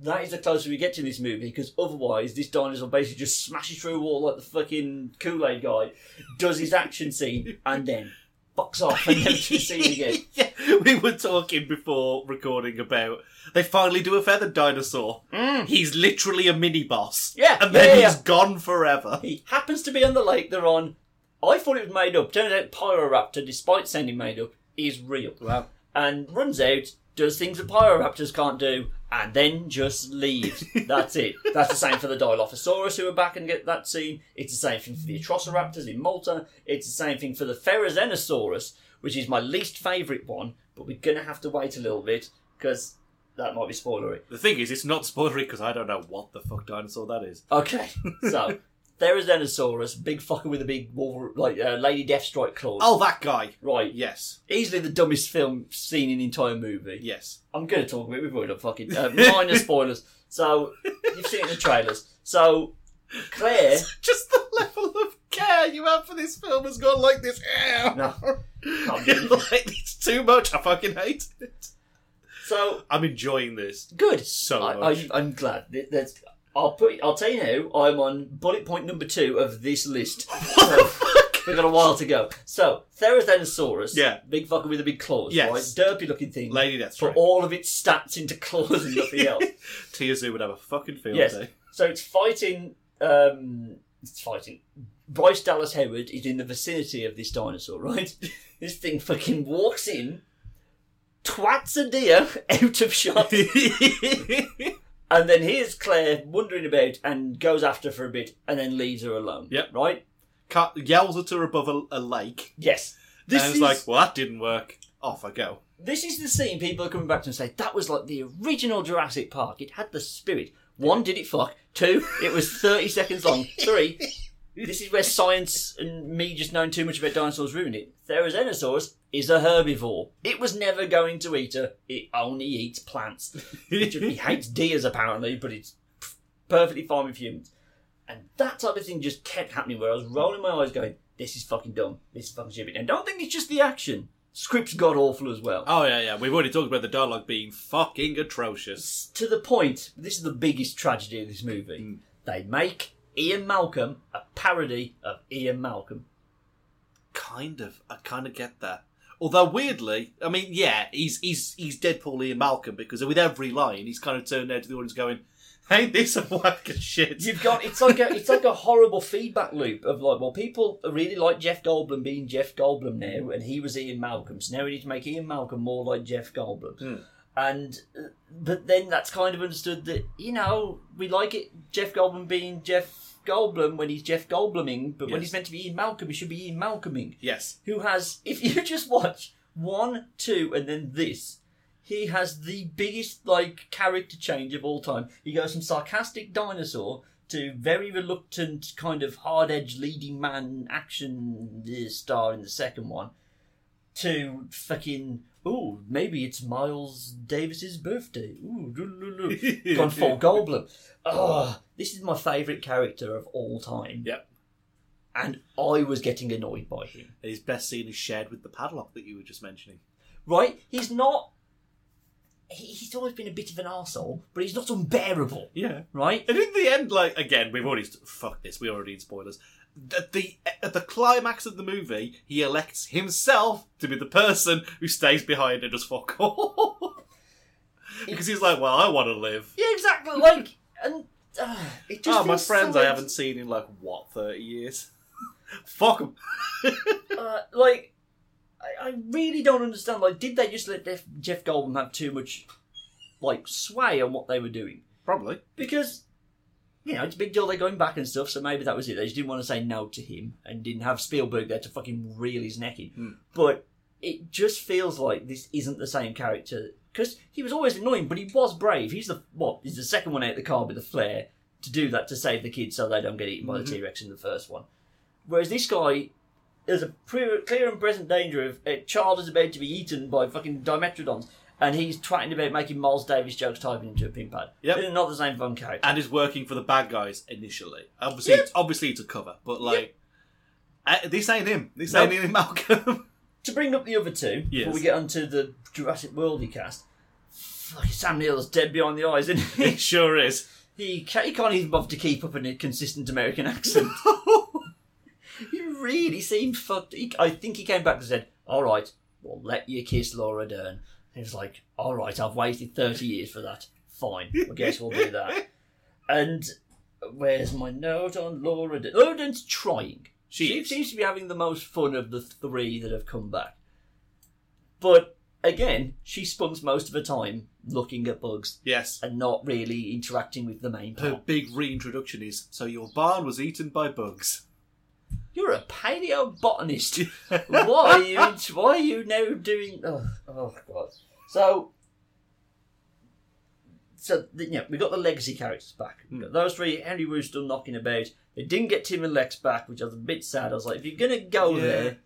[SPEAKER 2] That is the closer we get to this movie because otherwise, this dinosaur basically just smashes through a wall like the fucking Kool Aid guy, does his action scene, and then fucks off and never to be seen again.
[SPEAKER 1] yeah. We were talking before recording about they finally do a feather dinosaur. He's literally a mini boss.
[SPEAKER 2] Mm. Yeah,
[SPEAKER 1] And then
[SPEAKER 2] yeah,
[SPEAKER 1] he's gone forever.
[SPEAKER 2] He happens to be on the lake they're on. I thought it was made up. Turns out Pyroraptor, despite sounding made up, is real.
[SPEAKER 1] Wow.
[SPEAKER 2] and runs out, does things that Pyroraptors can't do, and then just leaves. That's it. That's the same for the Dilophosaurus who are back and get that scene. It's the same thing for the Atrociraptors in Malta. It's the same thing for the Ferrozenosaurus, which is my least favourite one, but we're going to have to wait a little bit because that might be spoilery.
[SPEAKER 1] The thing is, it's not spoilery because I don't know what the fuck dinosaur that is.
[SPEAKER 2] Okay, so. Therizenosaurus, big fucker with a big wolver- like uh, Lady Deathstrike claws.
[SPEAKER 1] Oh, that guy.
[SPEAKER 2] right,
[SPEAKER 1] Yes.
[SPEAKER 2] easily the dumbest film seen in the entire movie.
[SPEAKER 1] Yes.
[SPEAKER 2] I'm going to talk about it. We've already done fucking uh, minor spoilers. So you've seen it in the trailers. So Claire,
[SPEAKER 1] Just the level of care you have for this film has gone like this. Ow.
[SPEAKER 2] no, can't do it.
[SPEAKER 1] like, it's too much. I fucking hate it.
[SPEAKER 2] so
[SPEAKER 1] I'm enjoying this
[SPEAKER 2] good.
[SPEAKER 1] so
[SPEAKER 2] I,
[SPEAKER 1] much.
[SPEAKER 2] I, I'm glad. Th- That's, I'll put. I'll tell you now. I'm on bullet point number two of this list. So we've got a while to go. So Therizenosaurus,
[SPEAKER 1] Yeah.
[SPEAKER 2] big fucker with a big claws,
[SPEAKER 1] Yes.
[SPEAKER 2] right? Derpy looking thing.
[SPEAKER 1] Lady Death
[SPEAKER 2] for all of its stats into claws and nothing else.
[SPEAKER 1] Tiazu would have a fucking field
[SPEAKER 2] Yes.
[SPEAKER 1] day.
[SPEAKER 2] So it's fighting. Um, it's fighting. Bryce Dallas Howard is in the vicinity of this dinosaur, right? this thing fucking walks in, twats a deer out of shot, and then here's Claire wandering about and goes after her for a bit and then leaves her alone.
[SPEAKER 1] Yep.
[SPEAKER 2] Right?
[SPEAKER 1] Cut, yells at her above a, a lake.
[SPEAKER 2] Yes. This
[SPEAKER 1] and it's
[SPEAKER 2] is
[SPEAKER 1] like, well, that didn't work. Off I go.
[SPEAKER 2] this is the scene people are coming back to and say that was like the original Jurassic Park. It had the spirit. One, did it fuck? Two, it was thirty seconds long. Three, this is where science and me just knowing too much about dinosaurs ruined it. Therizenosaurus is a herbivore. It was never going to eat her. It only eats plants. It just- it hates deers apparently, but it's perfectly fine with humans. And that type of thing just kept happening where I was rolling my eyes going, this is fucking dumb. This is fucking stupid. And don't think it's just the action. Script's god awful as well.
[SPEAKER 1] Oh, yeah, yeah. We've already talked about the dialogue being fucking atrocious.
[SPEAKER 2] It's to the point, this is the biggest tragedy of this movie. They make Ian Malcolm a parody of Ian Malcolm.
[SPEAKER 1] Kind of. I kind of get that. Although weirdly, I mean, yeah, he's he's he's Deadpool Ian Malcolm because with every line, he's kind of turned out to the audience going, "Ain't this a whack of shit?"
[SPEAKER 2] You've got it's like a it's like a horrible feedback loop of like, well, people really like Jeff Goldblum being Jeff Goldblum now, and he was Ian Malcolm, so now we need to make Ian Malcolm more like Jeff Goldblum.
[SPEAKER 1] Hmm.
[SPEAKER 2] And uh, but then that's kind of understood that you know we like it Jeff Goldblum being Jeff Goldblum when he's Jeff Goldbluming, but when
[SPEAKER 1] Yes.
[SPEAKER 2] he's meant to be Ian Malcolm, he should be Ian Malcolming.
[SPEAKER 1] Yes.
[SPEAKER 2] who has, if you just watch one, two, and then this, he has the biggest like character change of all time. He goes from sarcastic dinosaur to very reluctant, kind of hard edge leading man action uh, star in the second one, to fucking. Ooh, maybe it's Miles Davis's birthday. Ooh, doo, doo, doo gone full Goldblum. Oh, this is my favourite character of all time.
[SPEAKER 1] Yep.
[SPEAKER 2] And I was getting annoyed by him.
[SPEAKER 1] His best scene is shared with the padlock that you were just mentioning.
[SPEAKER 2] Right? He's not. He, he's always been a bit of an arsehole, but he's not unbearable.
[SPEAKER 1] Yeah.
[SPEAKER 2] Right?
[SPEAKER 1] And in the end, like again, we've already fuck this. We already in spoilers. At the at the climax of the movie, he elects himself to be the person who stays behind and does fuck all. because he's like, well, I want to live.
[SPEAKER 2] Yeah, exactly. Like, and. Uh, it just
[SPEAKER 1] oh, my
[SPEAKER 2] feels
[SPEAKER 1] friends,
[SPEAKER 2] so
[SPEAKER 1] I haven't seen in like what thirty years. fuck 'em.
[SPEAKER 2] uh, like I, I really don't understand. Like, did they just let Jeff, Jeff Goldblum have too much like sway on what they were doing?
[SPEAKER 1] Probably.
[SPEAKER 2] because you know it's a big deal they're going back and stuff so maybe that was it they just didn't want to say no to him and didn't have spielberg there to fucking reel his neck in
[SPEAKER 1] Hmm.
[SPEAKER 2] but it just feels like this isn't the same character because he was always annoying but he was brave he's the what he's the second one out of the car with the flare to do that to save the kids so they don't get eaten by
[SPEAKER 1] Mhm.
[SPEAKER 2] the t-rex in the first one whereas this guy there's a pre- clear and present danger of a child is about to be eaten by fucking dimetrodons and he's twatting about making Miles Davis jokes typing into a pin pad.
[SPEAKER 1] Yep.
[SPEAKER 2] They're not the same fun character.
[SPEAKER 1] and is working for the bad guys initially. Obviously,
[SPEAKER 2] Yep.
[SPEAKER 1] obviously it's a cover, but like, uh, this ain't him. This
[SPEAKER 2] Nope.
[SPEAKER 1] ain't Ian Malcolm.
[SPEAKER 2] to bring up the other two before
[SPEAKER 1] Yes.
[SPEAKER 2] we get onto the Jurassic Worldy cast. Fucking Sam Neill's dead behind the eyes, isn't he?
[SPEAKER 1] It sure is.
[SPEAKER 2] he, ca- he can't even bother to keep up a consistent American accent. he really seemed fucked. He, I think he came back and said, "All right, we'll let you kiss Laura Dern." He was like, "All right, I've waited thirty years for that. Fine, I guess we'll do that." And where's my note on Laura Dern? Laura Dern's trying.
[SPEAKER 1] She
[SPEAKER 2] She
[SPEAKER 1] is.
[SPEAKER 2] seems to be having the most fun of the three that have come back. But again, she spends most of her time looking at bugs
[SPEAKER 1] yes.
[SPEAKER 2] and not really interacting with the main
[SPEAKER 1] Her
[SPEAKER 2] plot.
[SPEAKER 1] big reintroduction is so your barn was eaten by bugs.
[SPEAKER 2] You're a paleobotanist. why are you? Why are you now doing? Oh, oh god! So, so the- you know, we got the legacy characters back. We got those three. Henry Woo's still knocking about. They didn't get Tim and Lex back, which I was a bit sad. I was like, if you're gonna go
[SPEAKER 1] Yeah.
[SPEAKER 2] there,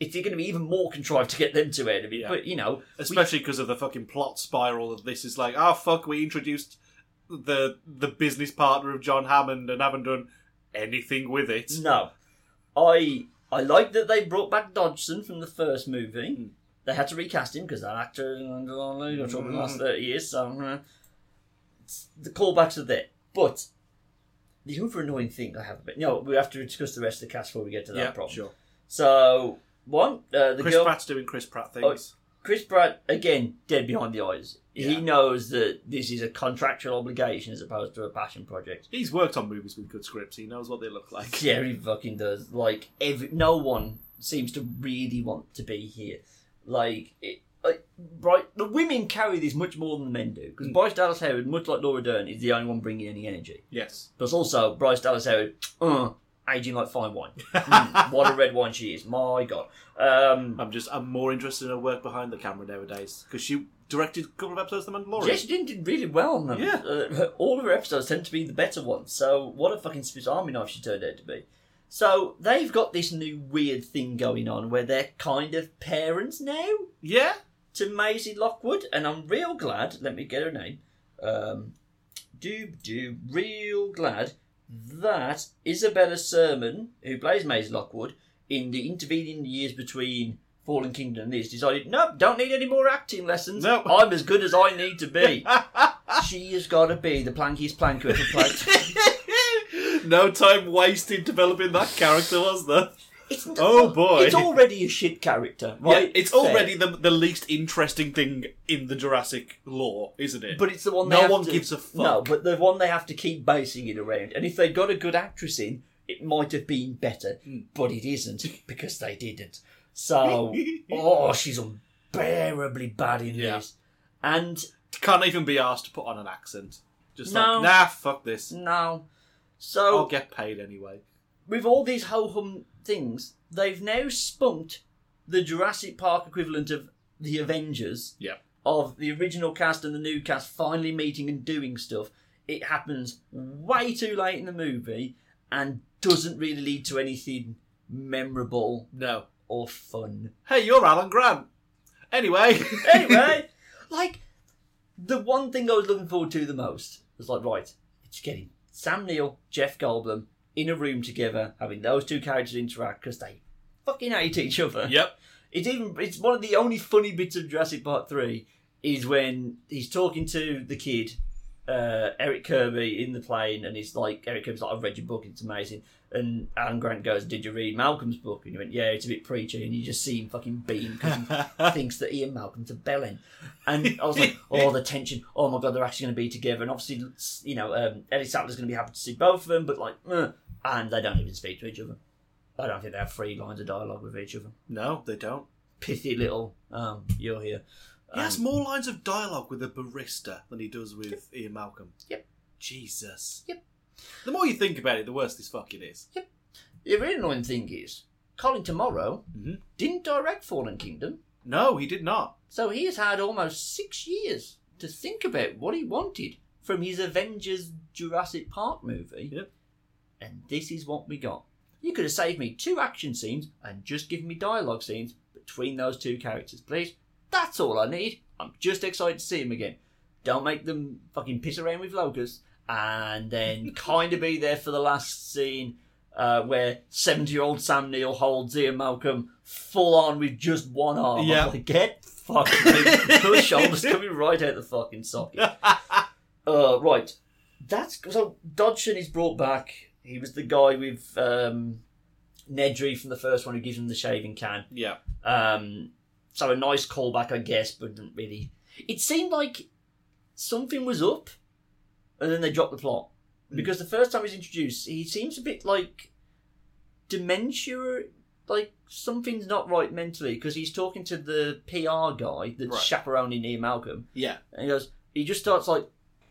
[SPEAKER 2] it's going to be even more contrived to get them two out of it.
[SPEAKER 1] Yeah.
[SPEAKER 2] But you know,
[SPEAKER 1] Especially because of the fucking plot spiral of this is like, oh fuck, we introduced the the business partner of John Hammond and haven't done anything with it.
[SPEAKER 2] No, I I like that they brought back Dodgson from the first movie.
[SPEAKER 1] Mm.
[SPEAKER 2] They had to recast him because that actor has under a load of trouble in the
[SPEAKER 1] Hmm.
[SPEAKER 2] last thirty years. So uh, it's- the callbacks are there, but the other annoying thing I have, but no, we have to discuss the rest of the cast before we get to that
[SPEAKER 1] yeah,
[SPEAKER 2] problem.
[SPEAKER 1] sure.
[SPEAKER 2] So one, uh, the
[SPEAKER 1] Chris
[SPEAKER 2] girl Oh.
[SPEAKER 1] Pratt's doing Chris Pratt things.
[SPEAKER 2] Chris Pratt again dead behind the eyes. He
[SPEAKER 1] Yeah.
[SPEAKER 2] knows that this is a contractual obligation as opposed to a passion project.
[SPEAKER 1] He's worked on movies with good scripts. He knows what they look like.
[SPEAKER 2] Yeah, he fucking does. Like, every, no one seems to really want to be here. Like, it, like right, the women carry this much more than the men do because Bryce Dallas Howard, much like Laura Dern, is the only one bringing any energy.
[SPEAKER 1] Yes.
[SPEAKER 2] Plus, also Bryce Dallas Howard, uh, aging like fine wine. Mm, what a red wine she is! My God. Um,
[SPEAKER 1] I'm just I'm more interested in her work behind the camera nowadays because she directed a couple of episodes of The Mandalorian.
[SPEAKER 2] yeah, she did, did really well on them.
[SPEAKER 1] Yeah.
[SPEAKER 2] Uh, all of her episodes tend to be the better ones. So, what a fucking Swiss Army knife she turned out to be. So, they've got this new weird thing going on where they're kind of parents now
[SPEAKER 1] Yeah.
[SPEAKER 2] to Maisie Lockwood, and I'm real glad, let me get her name. Um, doob doob, real glad that Isabella Sermon, who plays Maisie Lockwood, in the intervening years between Fallen Kingdom and this, decided, nope, don't need any more acting lessons.
[SPEAKER 1] No.
[SPEAKER 2] I'm as good as I need to be. she has got to be the plankiest plank who ever played.
[SPEAKER 1] no time wasted developing that character, was there?
[SPEAKER 2] It's,
[SPEAKER 1] Oh, boy.
[SPEAKER 2] It's already a shit character, right?
[SPEAKER 1] Yeah, it's
[SPEAKER 2] Fair.
[SPEAKER 1] already the, the least interesting thing in the Jurassic lore, isn't it?
[SPEAKER 2] But it's the one.
[SPEAKER 1] No
[SPEAKER 2] they have
[SPEAKER 1] one
[SPEAKER 2] to-
[SPEAKER 1] gives a fuck.
[SPEAKER 2] No, but the one they have to keep basing it around. And if they got a good actress in, it might have been better,
[SPEAKER 1] Hmm.
[SPEAKER 2] but it isn't because they didn't. So, oh, she's unbearably bad in
[SPEAKER 1] Yeah.
[SPEAKER 2] this. And
[SPEAKER 1] can't even be asked to put on an accent. Just
[SPEAKER 2] No.
[SPEAKER 1] like nah, fuck this.
[SPEAKER 2] now,
[SPEAKER 1] I'll
[SPEAKER 2] so
[SPEAKER 1] get paid anyway.
[SPEAKER 2] with all these ho hum things, they've now spunked the Jurassic Park equivalent of the Avengers.
[SPEAKER 1] Yeah.
[SPEAKER 2] of the original cast and the new cast finally meeting and doing stuff, it happens way too late in the movie and doesn't really lead to anything memorable
[SPEAKER 1] No.
[SPEAKER 2] or fun.
[SPEAKER 1] Hey, you're Alan Grant. Anyway.
[SPEAKER 2] Anyway, like the one thing I was looking forward to the most was like, right, it's getting Sam Neill, Jeff Goldblum in a room together, having those two characters interact because they fucking hate each other.
[SPEAKER 1] yep.
[SPEAKER 2] It's even it's one of the only funny bits of Jurassic Park three is when he's talking to the kid, uh, Eric Kirby in the plane, and he's like, Eric Kirby's like, I've read your book, it's amazing. And Alan Grant goes, Did you read Malcolm's book? And he went, Yeah, it's a bit preachy. And you just see him fucking beam because he thinks that he and Malcolm's a bellend. And I was like, Oh, the tension. Oh my God, they're actually going to be together. And obviously, you know, um, Ellie Sattler's going to be happy to see both of them, but like, eh. and they don't even speak to each other. I don't think they have three lines of dialogue with each other
[SPEAKER 1] No, they don't.
[SPEAKER 2] pithy little um, you're here.
[SPEAKER 1] He has
[SPEAKER 2] Um,
[SPEAKER 1] more lines of dialogue with a barista than he does with Ian Malcolm.
[SPEAKER 2] Yep.
[SPEAKER 1] Jesus.
[SPEAKER 2] Yep.
[SPEAKER 1] The more you think about it, the worse this fucking is.
[SPEAKER 2] the really annoying thing is, Colin Tomorrow
[SPEAKER 1] Mhm.
[SPEAKER 2] didn't direct Fallen Kingdom,
[SPEAKER 1] No, he did not.
[SPEAKER 2] so he has had almost six years to think about what he wanted from his Avengers Jurassic Park movie.
[SPEAKER 1] Yep.
[SPEAKER 2] And this is what we got. You could have saved me two action scenes and just given me dialogue scenes between those two characters, please. That's all I need. I'm just excited to see him again. Don't make them fucking piss around with locusts and then kind of be there for the last scene uh, where 70 year old Sam Neill holds Ian Malcolm full on with just one arm. I'm
[SPEAKER 1] Yeah.
[SPEAKER 2] like, get fucking. Her shoulder's coming right out the fucking socket. Uh, right. That's. So Dodson is brought back. He was the guy with um, Nedry from the first one who gives him the shaving can.
[SPEAKER 1] yeah.
[SPEAKER 2] Um, so a nice callback, I guess, but didn't really. It seemed like something was up, and then they dropped the plot because the first time he's introduced, he seems a bit like dementia, like something's not right mentally because he's talking to the PR guy that's
[SPEAKER 1] Right.
[SPEAKER 2] chaperoning Ian Malcolm,
[SPEAKER 1] Yeah.
[SPEAKER 2] and he goes, he just starts like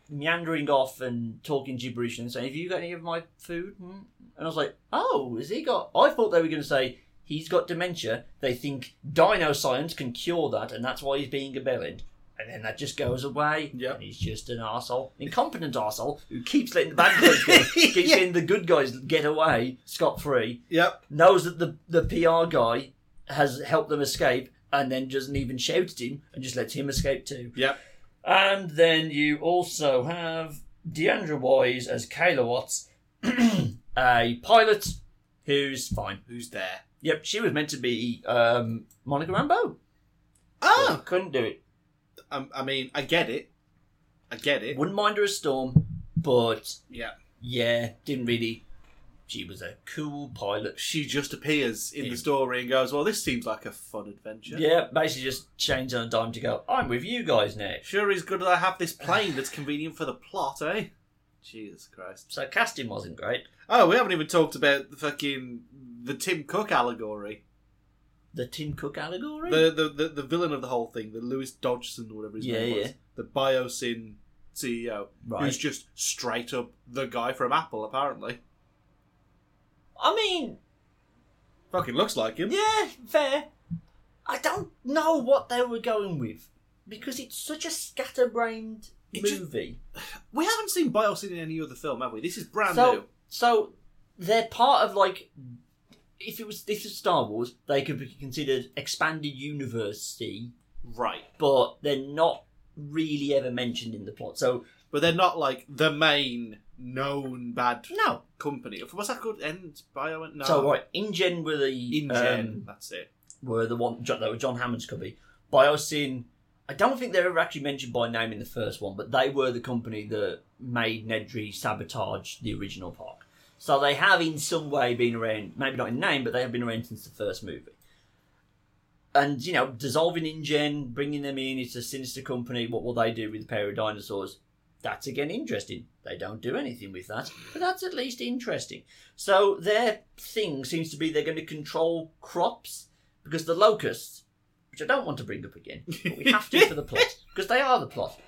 [SPEAKER 2] meandering off and talking gibberish and saying, "Have you got any of my food?" Hmm? And I was like, "Oh, has he got?" I thought they were going to say he's got dementia. They think dino science can cure that, and that's why he's being a bellend. And then that just goes away.
[SPEAKER 1] Yep.
[SPEAKER 2] And he's just an arsehole. Incompetent arsehole who keeps letting the bad guys go. Keeps
[SPEAKER 1] Yeah.
[SPEAKER 2] letting the good guys get away scot free.
[SPEAKER 1] Yep.
[SPEAKER 2] Knows that the, the PR guy has helped them escape and then doesn't even shout at him and just lets him escape too.
[SPEAKER 1] Yep.
[SPEAKER 2] And then you also have Deandra Wise as Kayla Watts, a pilot who's fine.
[SPEAKER 1] Who's there?
[SPEAKER 2] Yep, she was meant to be um, Monica Rambeau.
[SPEAKER 1] Oh,
[SPEAKER 2] Couldn't do it.
[SPEAKER 1] Um, I, I mean, I get it. I get it.
[SPEAKER 2] Wouldn't mind her a storm, but
[SPEAKER 1] Yeah.
[SPEAKER 2] yeah, didn't really. She was a cool pilot.
[SPEAKER 1] She just appears in
[SPEAKER 2] Yeah.
[SPEAKER 1] the story and goes, "Well, this seems like a fun adventure."
[SPEAKER 2] Yeah, basically just changed on a dime to go, I'm with you guys now.
[SPEAKER 1] Sure is good that I have this plane that's convenient for the plot, eh? Jesus Christ.
[SPEAKER 2] So casting wasn't great.
[SPEAKER 1] Oh, we haven't even talked about the fucking the Tim Cook allegory.
[SPEAKER 2] The Tim Cook allegory?
[SPEAKER 1] The the, the, the villain of the whole thing, the Lewis Dodgson or whatever his
[SPEAKER 2] Yeah,
[SPEAKER 1] name was.
[SPEAKER 2] yeah.
[SPEAKER 1] The Biosyn CEO. Who's
[SPEAKER 2] right.
[SPEAKER 1] just straight up the guy from Apple, apparently.
[SPEAKER 2] I mean,
[SPEAKER 1] Fucking looks like him.
[SPEAKER 2] Yeah, fair. I don't know what they were going with because it's such a scatterbrained
[SPEAKER 1] It just-
[SPEAKER 2] movie.
[SPEAKER 1] We haven't seen Biosyn in any other film, have we? This is brand
[SPEAKER 2] so,
[SPEAKER 1] new.
[SPEAKER 2] so they're part of like if it was this was Star Wars, they could be considered expanded universe,
[SPEAKER 1] Right.
[SPEAKER 2] but they're not really ever mentioned in the plot. So
[SPEAKER 1] But they're not like the main known bad
[SPEAKER 2] no,
[SPEAKER 1] company. Was that called End Bio? No.
[SPEAKER 2] so right, InGen were the
[SPEAKER 1] InGen.
[SPEAKER 2] um,
[SPEAKER 1] that's it.
[SPEAKER 2] were the one Jo- that were John Hammond's company. Biosyn, I don't think they were actually mentioned by name in the first one, but they were the company that made Nedry sabotage the original park. So they have in some way been around, maybe not in name, but they have been around since the first movie. And you know, dissolving InGen, bringing them in, it's a sinister company. What will they do with a pair of dinosaurs? That's again interesting. They don't do anything with that, but that's at least interesting. So their thing seems to be they're going to control crops because the locusts, which I don't want to bring up again, but we have to for the plot because they are the plot.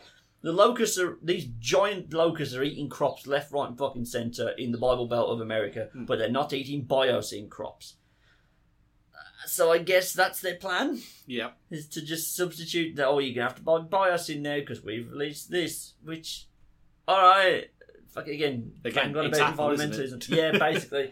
[SPEAKER 2] The locusts are these giant locusts are eating crops left, right, and fucking centre in the Bible Belt of America,
[SPEAKER 1] Hmm.
[SPEAKER 2] but they're not eating biosyn crops. Uh, So I guess that's their plan
[SPEAKER 1] Yeah.
[SPEAKER 2] is to just substitute that. Oh, you're gonna have to buy biosyn now because we've released this. Which, all right, fuck it again.
[SPEAKER 1] Again,
[SPEAKER 2] Thank God
[SPEAKER 1] it's
[SPEAKER 2] about
[SPEAKER 1] Apple, isn't it?
[SPEAKER 2] environmentalism. yeah, basically.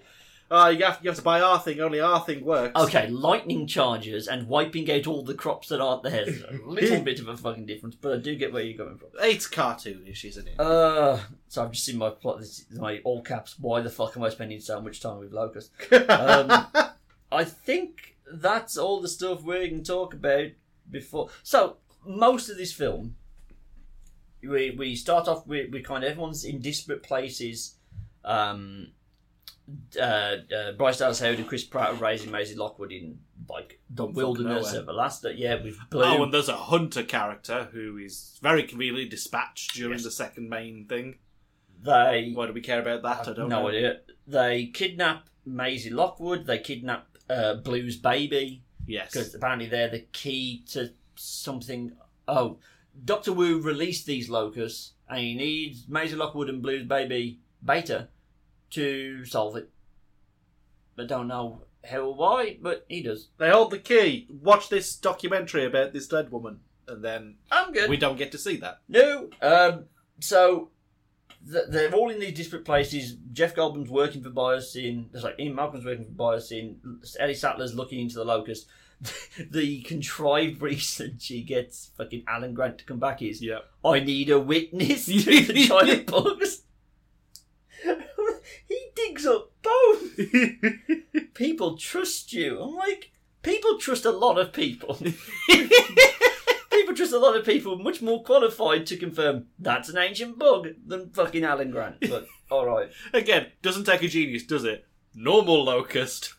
[SPEAKER 1] Oh, you have, you have to buy our thing. Only our thing works.
[SPEAKER 2] Okay, lightning charges and wiping out all the crops that aren't there. There's a little bit of a fucking difference, but I do get where you're coming from.
[SPEAKER 1] It's cartoonish, isn't it?
[SPEAKER 2] Uh, so I've just seen my plot, this, my all caps. Why the fuck am I spending so much time with locusts? Um, I think that's all the stuff we can talk about before. So most of this film, we we start off with we kind of everyone's in disparate places. Um, uh, uh, Bryce Dallas Howard and Chris Pratt are raising Maisie Lockwood in like the
[SPEAKER 1] fuck
[SPEAKER 2] wilderness
[SPEAKER 1] nowhere.
[SPEAKER 2] of Alaska. Yeah, with Blue.
[SPEAKER 1] oh, and there's a hunter character who is very conveniently dispatched during
[SPEAKER 2] Yes.
[SPEAKER 1] the second main thing.
[SPEAKER 2] they
[SPEAKER 1] Why do we care about that? I,
[SPEAKER 2] have
[SPEAKER 1] don't
[SPEAKER 2] no
[SPEAKER 1] know.
[SPEAKER 2] idea. They kidnap Maisie Lockwood. They kidnap uh, Blue's baby because
[SPEAKER 1] Yes.
[SPEAKER 2] apparently they're the key to something. Oh, Doctor Wu released these locusts, and he needs Maisie Lockwood and Blue's baby Beta to solve it. I don't know how or why, but he does.
[SPEAKER 1] They hold the key. Watch this documentary about this dead woman. And then
[SPEAKER 2] I'm good.
[SPEAKER 1] we don't get to see that.
[SPEAKER 2] No. Um, so th- they're all in these disparate places. Jeff Goldblum's working for Biosyn. That's like Ian Malcolm's working for Biosyn. Ellie Sattler's looking into the locust. the contrived reason she gets fucking Alan Grant to come back is
[SPEAKER 1] Yeah.
[SPEAKER 2] I need a witness to the giant bugs. he digs up bone. people trust you. I'm like, people trust a lot of people. people trust a lot of people much more qualified to confirm that's an ancient bug than fucking Alan Grant. But all right,
[SPEAKER 1] Again, doesn't take a genius, does it? Normal locust.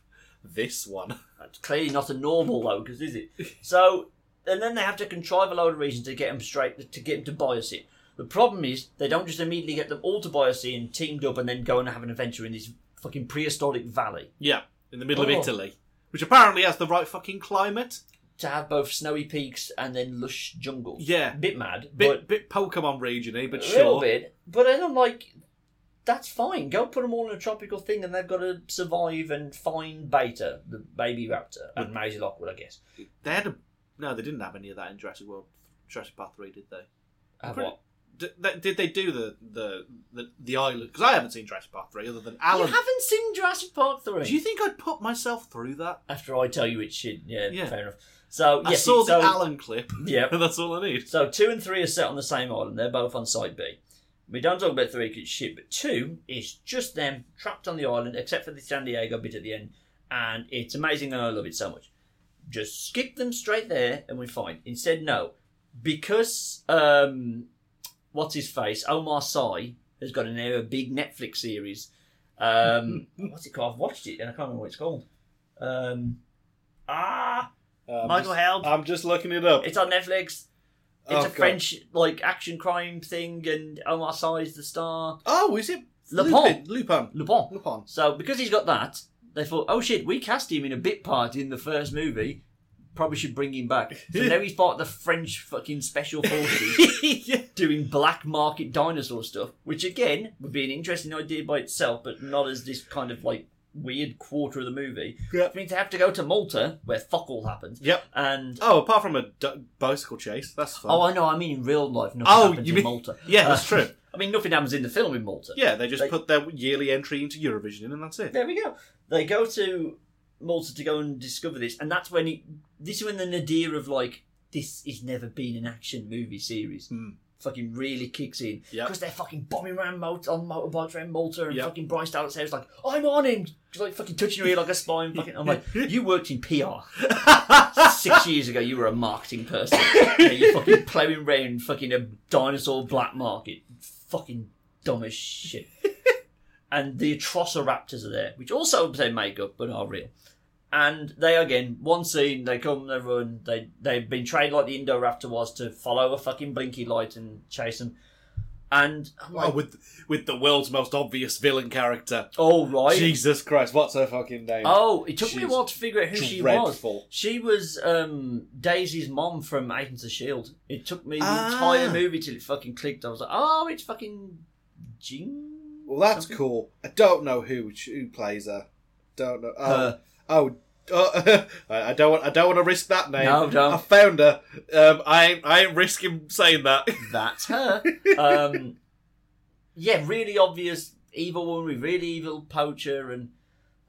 [SPEAKER 1] This one.
[SPEAKER 2] that's clearly not a normal locust, is it? So, and then they have to contrive a load of reasons to get him straight to get him to buy us in. The problem is they don't just immediately get them all to buy us in, teamed up, and then go and have an adventure in this fucking prehistoric valley.
[SPEAKER 1] Yeah, in the middle of
[SPEAKER 2] Oh.
[SPEAKER 1] Italy, which apparently has the right fucking climate.
[SPEAKER 2] to have both snowy peaks and then lush jungles.
[SPEAKER 1] Yeah.
[SPEAKER 2] bit mad,
[SPEAKER 1] Bit bit Pokemon regiony,
[SPEAKER 2] but
[SPEAKER 1] but
[SPEAKER 2] a little
[SPEAKER 1] sure.
[SPEAKER 2] bit. But then I'm like, that's fine. Go put them all in a tropical thing, and they've got to survive and find Beta, the baby raptor, and Maisie Lockwood, I guess.
[SPEAKER 1] They had a no, they didn't have any of that in Jurassic World, Jurassic Park Three, did they?
[SPEAKER 2] Have
[SPEAKER 1] Pretty-
[SPEAKER 2] what?
[SPEAKER 1] Did they, did they do the the the, the island? Because I haven't seen Jurassic Park Three other than
[SPEAKER 2] You
[SPEAKER 1] Alan.
[SPEAKER 2] haven't seen Jurassic Park three.
[SPEAKER 1] Do you think I'd put myself through that?
[SPEAKER 2] After I tell you it's shit, yeah,
[SPEAKER 1] Yeah.
[SPEAKER 2] fair enough. So yes,
[SPEAKER 1] I saw
[SPEAKER 2] so,
[SPEAKER 1] the Alan clip.
[SPEAKER 2] Yeah.
[SPEAKER 1] that's all I need.
[SPEAKER 2] So two and three are set on the same island. They're both on side B. We don't talk about three because it's shit, but two is just them trapped on the island, except for the San Diego bit at the end, and it's amazing and I love it so much. Just skip them straight there, and we're fine. Instead, no, because um, what's his face, Omar Sy has got an a big Netflix series. Um, what's it called? I've watched it and I can't remember what it's called. Um, ah, Michael Help.
[SPEAKER 1] I'm just looking it up.
[SPEAKER 2] It's on Netflix. It's
[SPEAKER 1] Oh,
[SPEAKER 2] a French like action crime thing, and Omar Sy is the star.
[SPEAKER 1] Oh, is it
[SPEAKER 2] Lupin.
[SPEAKER 1] Lupin? Lupin.
[SPEAKER 2] Lupin.
[SPEAKER 1] Lupin.
[SPEAKER 2] So because he's got that, they thought, oh shit, we cast him in a bit part in the first movie. Probably should bring him back. So now he's part of the French fucking special forces
[SPEAKER 1] yeah.
[SPEAKER 2] doing black market dinosaur stuff, which again would be an interesting idea by itself, but not as this kind of like weird quarter of the movie.
[SPEAKER 1] Yeah.
[SPEAKER 2] Which means they have to go to Malta, where fuck all happens,
[SPEAKER 1] Yep.
[SPEAKER 2] and
[SPEAKER 1] Oh, apart from a d- bicycle chase, that's fun.
[SPEAKER 2] oh, I know, I mean in real life, nothing
[SPEAKER 1] Oh,
[SPEAKER 2] happens
[SPEAKER 1] you
[SPEAKER 2] in
[SPEAKER 1] mean-
[SPEAKER 2] Malta.
[SPEAKER 1] yeah,
[SPEAKER 2] Uh,
[SPEAKER 1] that's true.
[SPEAKER 2] I mean, nothing happens in the film in Malta.
[SPEAKER 1] Yeah, they just
[SPEAKER 2] They-
[SPEAKER 1] put their yearly entry into Eurovision in, and that's it.
[SPEAKER 2] There we go. They go to Malta to go and discover this, and that's when it. This is when the nadir of like this has never been an action movie series.
[SPEAKER 1] Hmm.
[SPEAKER 2] Fucking really kicks in because
[SPEAKER 1] Yep.
[SPEAKER 2] they're fucking bombing around Malta on motorbikes around Malta, and
[SPEAKER 1] Yep.
[SPEAKER 2] fucking Bryce Dallas Howard's like, "I'm on him," She's like fucking touching her ear like a spine. Fucking, I'm like, "You worked in PR six years ago. You were a marketing person. Now you're fucking ploughing around fucking a dinosaur black market. Fucking dumb as shit." and the Atrociraptors are there, which also say makeup but are real. And they again, one scene, they come, they run, they they've been trained like the Indoraptor was to follow a fucking blinky light and chase them. And I'm
[SPEAKER 1] Oh,
[SPEAKER 2] like,
[SPEAKER 1] with with the world's most obvious villain character.
[SPEAKER 2] oh right,
[SPEAKER 1] Jesus Christ, what's her fucking name?
[SPEAKER 2] oh, it took me a
[SPEAKER 1] She's
[SPEAKER 2] while to figure out who she was.
[SPEAKER 1] dreadful.
[SPEAKER 2] She was um, Daisy's mom from Agents of Shield. E It took me the
[SPEAKER 1] Ah.
[SPEAKER 2] entire movie till it fucking clicked. I was like, oh, it's fucking Jing.
[SPEAKER 1] Well, that's
[SPEAKER 2] something?
[SPEAKER 1] cool. I don't know who who plays her. Don't know. Oh,
[SPEAKER 2] Her.
[SPEAKER 1] oh. oh, I I don't want. I don't want to risk that name.
[SPEAKER 2] No, don't.
[SPEAKER 1] I found her. Um, I ain't- I ain't risking saying that.
[SPEAKER 2] That's her. um, yeah, really obvious evil woman with really evil poacher and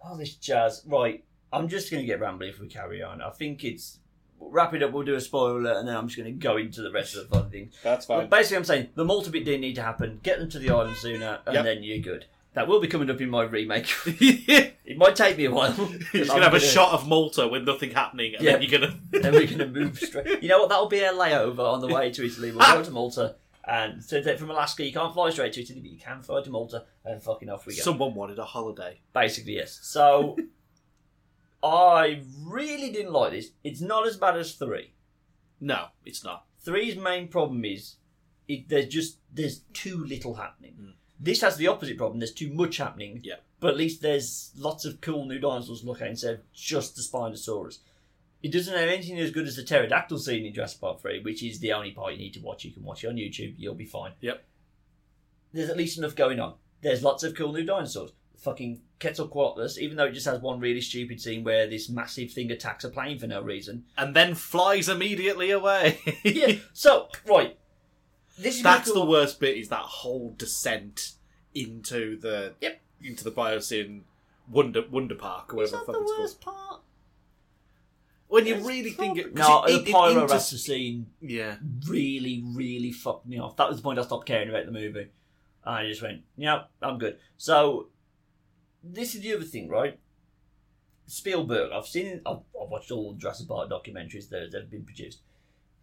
[SPEAKER 2] all this jazz. Right, I'm just going to get rambly if we carry on. I think it's wrap it up. We'll do a spoiler, and then I'm just going to go into the rest of the fun things.
[SPEAKER 1] That's
[SPEAKER 2] But basically, I'm saying the Malta bit didn't need to happen. Get them to the island sooner, and
[SPEAKER 1] Yep.
[SPEAKER 2] then you're good. That will be coming up in my remake.
[SPEAKER 1] You're
[SPEAKER 2] it might take me a while.
[SPEAKER 1] just gonna have a shot of Malta with nothing happening, and then
[SPEAKER 2] Yeah.
[SPEAKER 1] you're gonna.
[SPEAKER 2] then we're going to move straight. You know what? That'll be a layover on the way to Italy. We'll
[SPEAKER 1] Ah!
[SPEAKER 2] go to Malta. And so that from Alaska, you can't fly straight to Italy, but you can fly to Malta. And fucking off we go.
[SPEAKER 1] Someone wanted a holiday.
[SPEAKER 2] Basically, yes. So I really didn't like this. It's not as bad as three.
[SPEAKER 1] No, it's not.
[SPEAKER 2] Three's main problem is it, there's just there's too little happening.
[SPEAKER 1] Mm.
[SPEAKER 2] This has the opposite problem. There's too much happening.
[SPEAKER 1] Yeah.
[SPEAKER 2] But at least there's lots of cool new dinosaurs to look at instead of just the Spinosaurus. It doesn't have anything as good as the pterodactyl scene in Jurassic Park 3, which is the only part you need to watch. You can watch it on YouTube. You'll be fine.
[SPEAKER 1] Yep.
[SPEAKER 2] There's at least enough going on. There's lots of cool new dinosaurs. Fucking Quetzalcoatlus, even though it just has one really stupid scene where this massive thing attacks a plane for no reason.
[SPEAKER 1] And then flies immediately away.
[SPEAKER 2] Yeah. so, right. This is
[SPEAKER 1] That's
[SPEAKER 2] my-
[SPEAKER 1] the worst bit. Is that whole descent into the
[SPEAKER 2] Yep.
[SPEAKER 1] into the Biosyn Wonder Wonder Park, or
[SPEAKER 2] Is
[SPEAKER 1] whatever
[SPEAKER 2] that
[SPEAKER 1] the
[SPEAKER 2] the
[SPEAKER 1] fuck it's called.
[SPEAKER 2] worst part?
[SPEAKER 1] When you
[SPEAKER 2] It's
[SPEAKER 1] really think it, 'cause
[SPEAKER 2] No,
[SPEAKER 1] it,
[SPEAKER 2] the
[SPEAKER 1] it- it
[SPEAKER 2] Pyro
[SPEAKER 1] inter-
[SPEAKER 2] Raptor scene
[SPEAKER 1] yeah,
[SPEAKER 2] really, really fucked me off. That was the point I stopped caring about the movie. I just went, yeah, I'm good. So this is the other thing, right? Spielberg, I've seen, I've, I've watched all Jurassic Park documentaries that have been produced.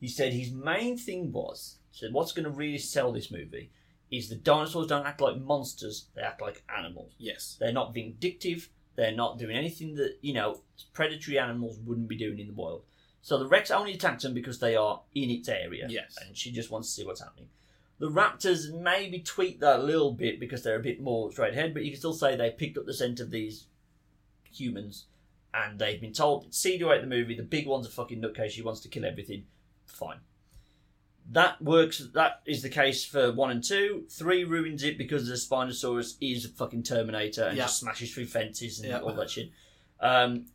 [SPEAKER 2] He said his main thing was, said what's going to really sell this movie is the dinosaurs don't act like monsters; they act like animals.
[SPEAKER 1] Yes.
[SPEAKER 2] They're not vindictive. They're not doing anything that, you know, predatory animals wouldn't be doing in the wild. So the Rex only attacks them because they are in its area.
[SPEAKER 1] Yes.
[SPEAKER 2] And she just wants to see what's happening. The Raptors maybe tweak that a little bit because they're a bit more straight ahead, but you can still say they picked up the scent of these humans and they've been told, see throughout the movie, the big one's a fucking nutcase, she wants to kill everything. Fine. That works, that is the case for one and two. Three ruins it because the Spinosaurus is a fucking Terminator and
[SPEAKER 1] Yeah.
[SPEAKER 2] just smashes through fences and
[SPEAKER 1] Yeah.
[SPEAKER 2] all that shit. Um,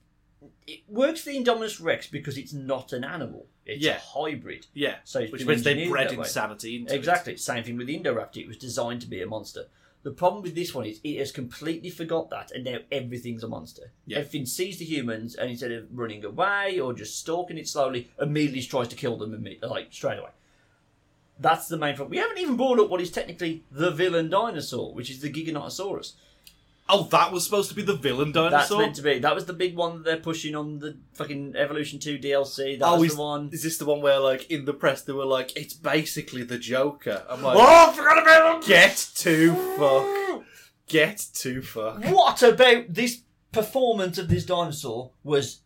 [SPEAKER 2] it works for the Indominus Rex because it's not an animal, it's
[SPEAKER 1] Yeah.
[SPEAKER 2] a hybrid.
[SPEAKER 1] Yeah.
[SPEAKER 2] So it's
[SPEAKER 1] Which
[SPEAKER 2] been
[SPEAKER 1] means they
[SPEAKER 2] engineered
[SPEAKER 1] bred
[SPEAKER 2] that way.
[SPEAKER 1] insanity into it.
[SPEAKER 2] Exactly. Same thing with the Indoraptor. It was designed to be a monster. The problem with this one is it has completely forgot that, and now everything's a monster.
[SPEAKER 1] Yeah.
[SPEAKER 2] Everything sees the humans, and instead of running away or just stalking it slowly, immediately tries to kill them imme- like straight away. That's the main problem. We haven't even brought up what is technically the villain dinosaur, which is the Giganotosaurus.
[SPEAKER 1] Oh, that was supposed to be the villain
[SPEAKER 2] That's
[SPEAKER 1] dinosaur.
[SPEAKER 2] meant to be. That was the big one that they're pushing on the fucking Evolution Two DLC. That
[SPEAKER 1] Oh,
[SPEAKER 2] was
[SPEAKER 1] is-
[SPEAKER 2] the one.
[SPEAKER 1] Is this the one where, like, in the press they were like, "It's basically the Joker"? I'm like,
[SPEAKER 2] Oh, I forgot about him.
[SPEAKER 1] get to fuck, get to fuck.
[SPEAKER 2] What about this performance of this dinosaur was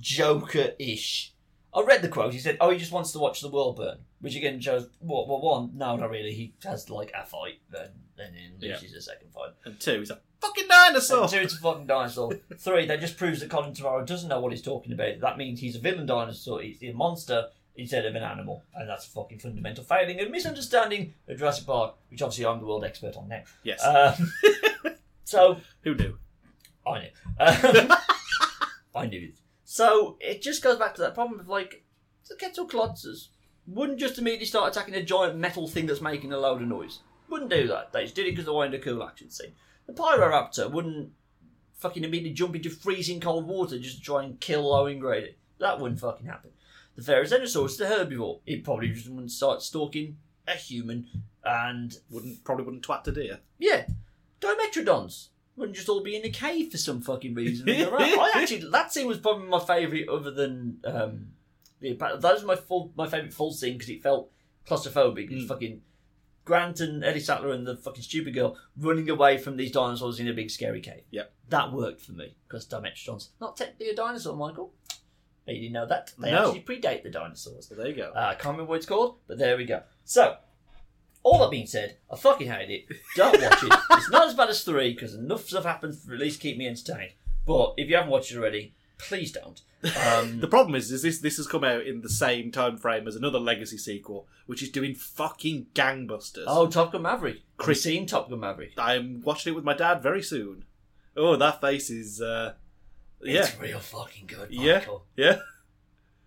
[SPEAKER 2] Joker ish? I read the quote. He said, "Oh, he just wants to watch the world burn," which again shows what. Well, one, no, not really. He has like a fight, then and then
[SPEAKER 1] Yeah. Oh.
[SPEAKER 2] loses a second fight.
[SPEAKER 1] And two, he's a fucking dinosaur.
[SPEAKER 2] And two, it's a fucking dinosaur. Three, that just proves that Colin Tomorrow doesn't know what he's talking about. That means he's a villain dinosaur. He's a monster instead of an animal, and that's a fucking fundamental failing and misunderstanding of Jurassic Park, which obviously I'm the world expert on now.
[SPEAKER 1] yes,
[SPEAKER 2] Um, so
[SPEAKER 1] who knew?
[SPEAKER 2] I knew. Um, I knew it. So it just goes back to that problem of like the kettle clotzers wouldn't just immediately start attacking a giant metal thing that's making a load of noise. Wouldn't do that. They just did it because they wanted a cool action scene. The Pyroraptor wouldn't fucking immediately jump into freezing cold water just to try and kill Owen Grady. That wouldn't fucking happen. The Ferrozenosaurus, the herbivore, it probably just wouldn't start stalking a human and
[SPEAKER 1] Wouldn't probably wouldn't twat a deer.
[SPEAKER 2] yeah. Dimetrodons wouldn't just all be in a cave for some fucking reason. And they're out. I actually that scene was probably my favourite other than um the that was my full my favourite full scene because it felt claustrophobic. It was
[SPEAKER 1] Mm.
[SPEAKER 2] fucking Grant and Eddie Sattler and the fucking stupid girl running away from these dinosaurs in a big scary cave.
[SPEAKER 1] Yep.
[SPEAKER 2] That worked for me because Dimetrodons not technically a dinosaur, Michael. But you didn't know that. They
[SPEAKER 1] No.
[SPEAKER 2] actually predate the dinosaurs.
[SPEAKER 1] So there you go.
[SPEAKER 2] Uh, I can't remember what it's called, but there we go. So, all that being said, I fucking hate it. Don't watch it. It's not as bad as three because enough stuff happens to at least keep me entertained. But if you haven't watched it already, please don't. Um,
[SPEAKER 1] the problem is, is this this has come out in the same time frame as another legacy sequel, which is doing fucking gangbusters.
[SPEAKER 2] oh, Top Gun Maverick.
[SPEAKER 1] Chris-
[SPEAKER 2] Christine Top Gun Maverick.
[SPEAKER 1] I'm watching it with my dad very soon. Oh, that face is, uh, yeah,
[SPEAKER 2] It's real fucking good,
[SPEAKER 1] Yeah.
[SPEAKER 2] Michael.
[SPEAKER 1] yeah.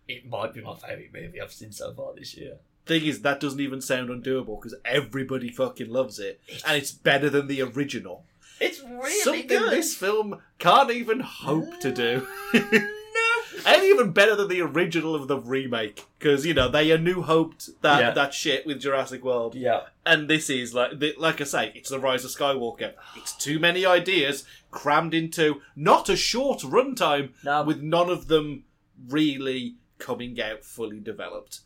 [SPEAKER 2] It might be my favourite movie I've seen so far this year.
[SPEAKER 1] Thing is, that doesn't even sound undoable because everybody fucking loves it, and it's better than the original.
[SPEAKER 2] It's really
[SPEAKER 1] Something
[SPEAKER 2] good.
[SPEAKER 1] this film can't even hope to do.
[SPEAKER 2] no.
[SPEAKER 1] And even better than the original of the remake, because you know they a new hoped that
[SPEAKER 2] Yeah.
[SPEAKER 1] that shit with Jurassic World,
[SPEAKER 2] Yeah.
[SPEAKER 1] and this is like the, like I say, it's the Rise of Skywalker. It's too many ideas crammed into not a short runtime,
[SPEAKER 2] No.
[SPEAKER 1] with none of them really coming out fully developed.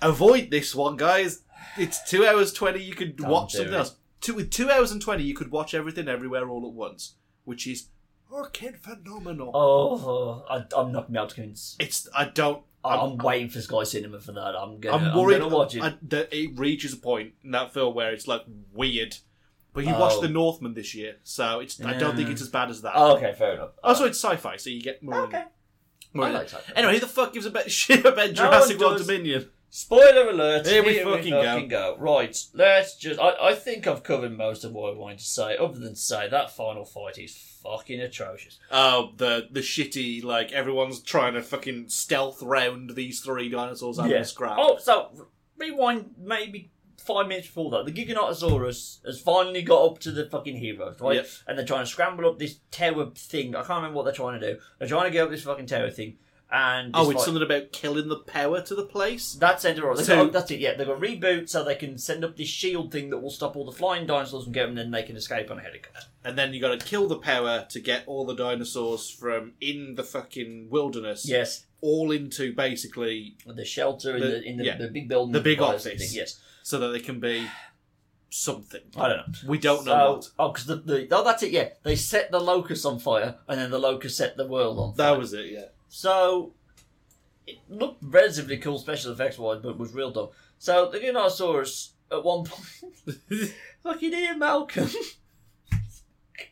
[SPEAKER 1] Avoid this one, guys. It's two hours twenty. You could
[SPEAKER 2] Don't
[SPEAKER 1] watch
[SPEAKER 2] do
[SPEAKER 1] something
[SPEAKER 2] it.
[SPEAKER 1] else. Two, with two hours and twenty, you could watch everything everywhere all at once, which is fucking phenomenal.
[SPEAKER 2] Oh, I, I'm not going to be able to convince
[SPEAKER 1] It's I don't.
[SPEAKER 2] I'm,
[SPEAKER 1] I'm,
[SPEAKER 2] waiting for Sky Cinema for that. I'm gonna.
[SPEAKER 1] I'm worried
[SPEAKER 2] I'm gonna watch it.
[SPEAKER 1] I- that it reaches a point in that film where it's like weird. But you
[SPEAKER 2] Oh.
[SPEAKER 1] watched The Northman this year, so it's I don't think
[SPEAKER 2] Yeah.
[SPEAKER 1] it's as bad as that.
[SPEAKER 2] oh, okay, fair enough.
[SPEAKER 1] also, it's sci-fi, so you get more. in-
[SPEAKER 2] okay.
[SPEAKER 1] more
[SPEAKER 2] I
[SPEAKER 1] in it.
[SPEAKER 2] like sci-fi.
[SPEAKER 1] Anyway, who the fuck gives a better shit about
[SPEAKER 2] No one
[SPEAKER 1] Jurassic World
[SPEAKER 2] does.
[SPEAKER 1] Dominion?
[SPEAKER 2] Spoiler alert!
[SPEAKER 1] Here we fucking go.
[SPEAKER 2] go. Right, let's just. I, I think I've covered most of what I wanted to say, other than to say that final fight is fucking atrocious.
[SPEAKER 1] Oh, the the shitty like everyone's trying to fucking stealth round these three dinosaurs out
[SPEAKER 2] Yeah.
[SPEAKER 1] of scrap.
[SPEAKER 2] Oh, so re- rewind maybe five minutes before that. The Giganotosaurus has finally got up to the fucking heroes, right?
[SPEAKER 1] Yep.
[SPEAKER 2] And they're trying to scramble up this tower thing. I can't remember what they're trying to do. They're trying to get up this fucking tower thing. And
[SPEAKER 1] Oh,
[SPEAKER 2] despite-
[SPEAKER 1] it's something about killing the power to the place.
[SPEAKER 2] That's it. Right.
[SPEAKER 1] So-
[SPEAKER 2] oh, that's it. Yeah, they've got a reboot, so they can send up this shield thing that will stop all the flying dinosaurs from getting them, and they can escape on a helicopter.
[SPEAKER 1] And then you got to kill the power to get all the dinosaurs from in the fucking wilderness,
[SPEAKER 2] Yes,
[SPEAKER 1] all into basically
[SPEAKER 2] the shelter in
[SPEAKER 1] The-
[SPEAKER 2] the in the,
[SPEAKER 1] yeah.
[SPEAKER 2] the big building,
[SPEAKER 1] The big
[SPEAKER 2] with fires and
[SPEAKER 1] office.
[SPEAKER 2] things, Yes,
[SPEAKER 1] so that they can be something.
[SPEAKER 2] I don't know.
[SPEAKER 1] We don't
[SPEAKER 2] So-
[SPEAKER 1] know what.
[SPEAKER 2] Oh, because the, the oh, that's it. Yeah, they set the locust on fire, and then the locust set the world on fire.
[SPEAKER 1] That was it. Yeah.
[SPEAKER 2] So it looked relatively cool special effects wise, but was real dumb. So the Dinosaurus at one point fucking Ian Malcolm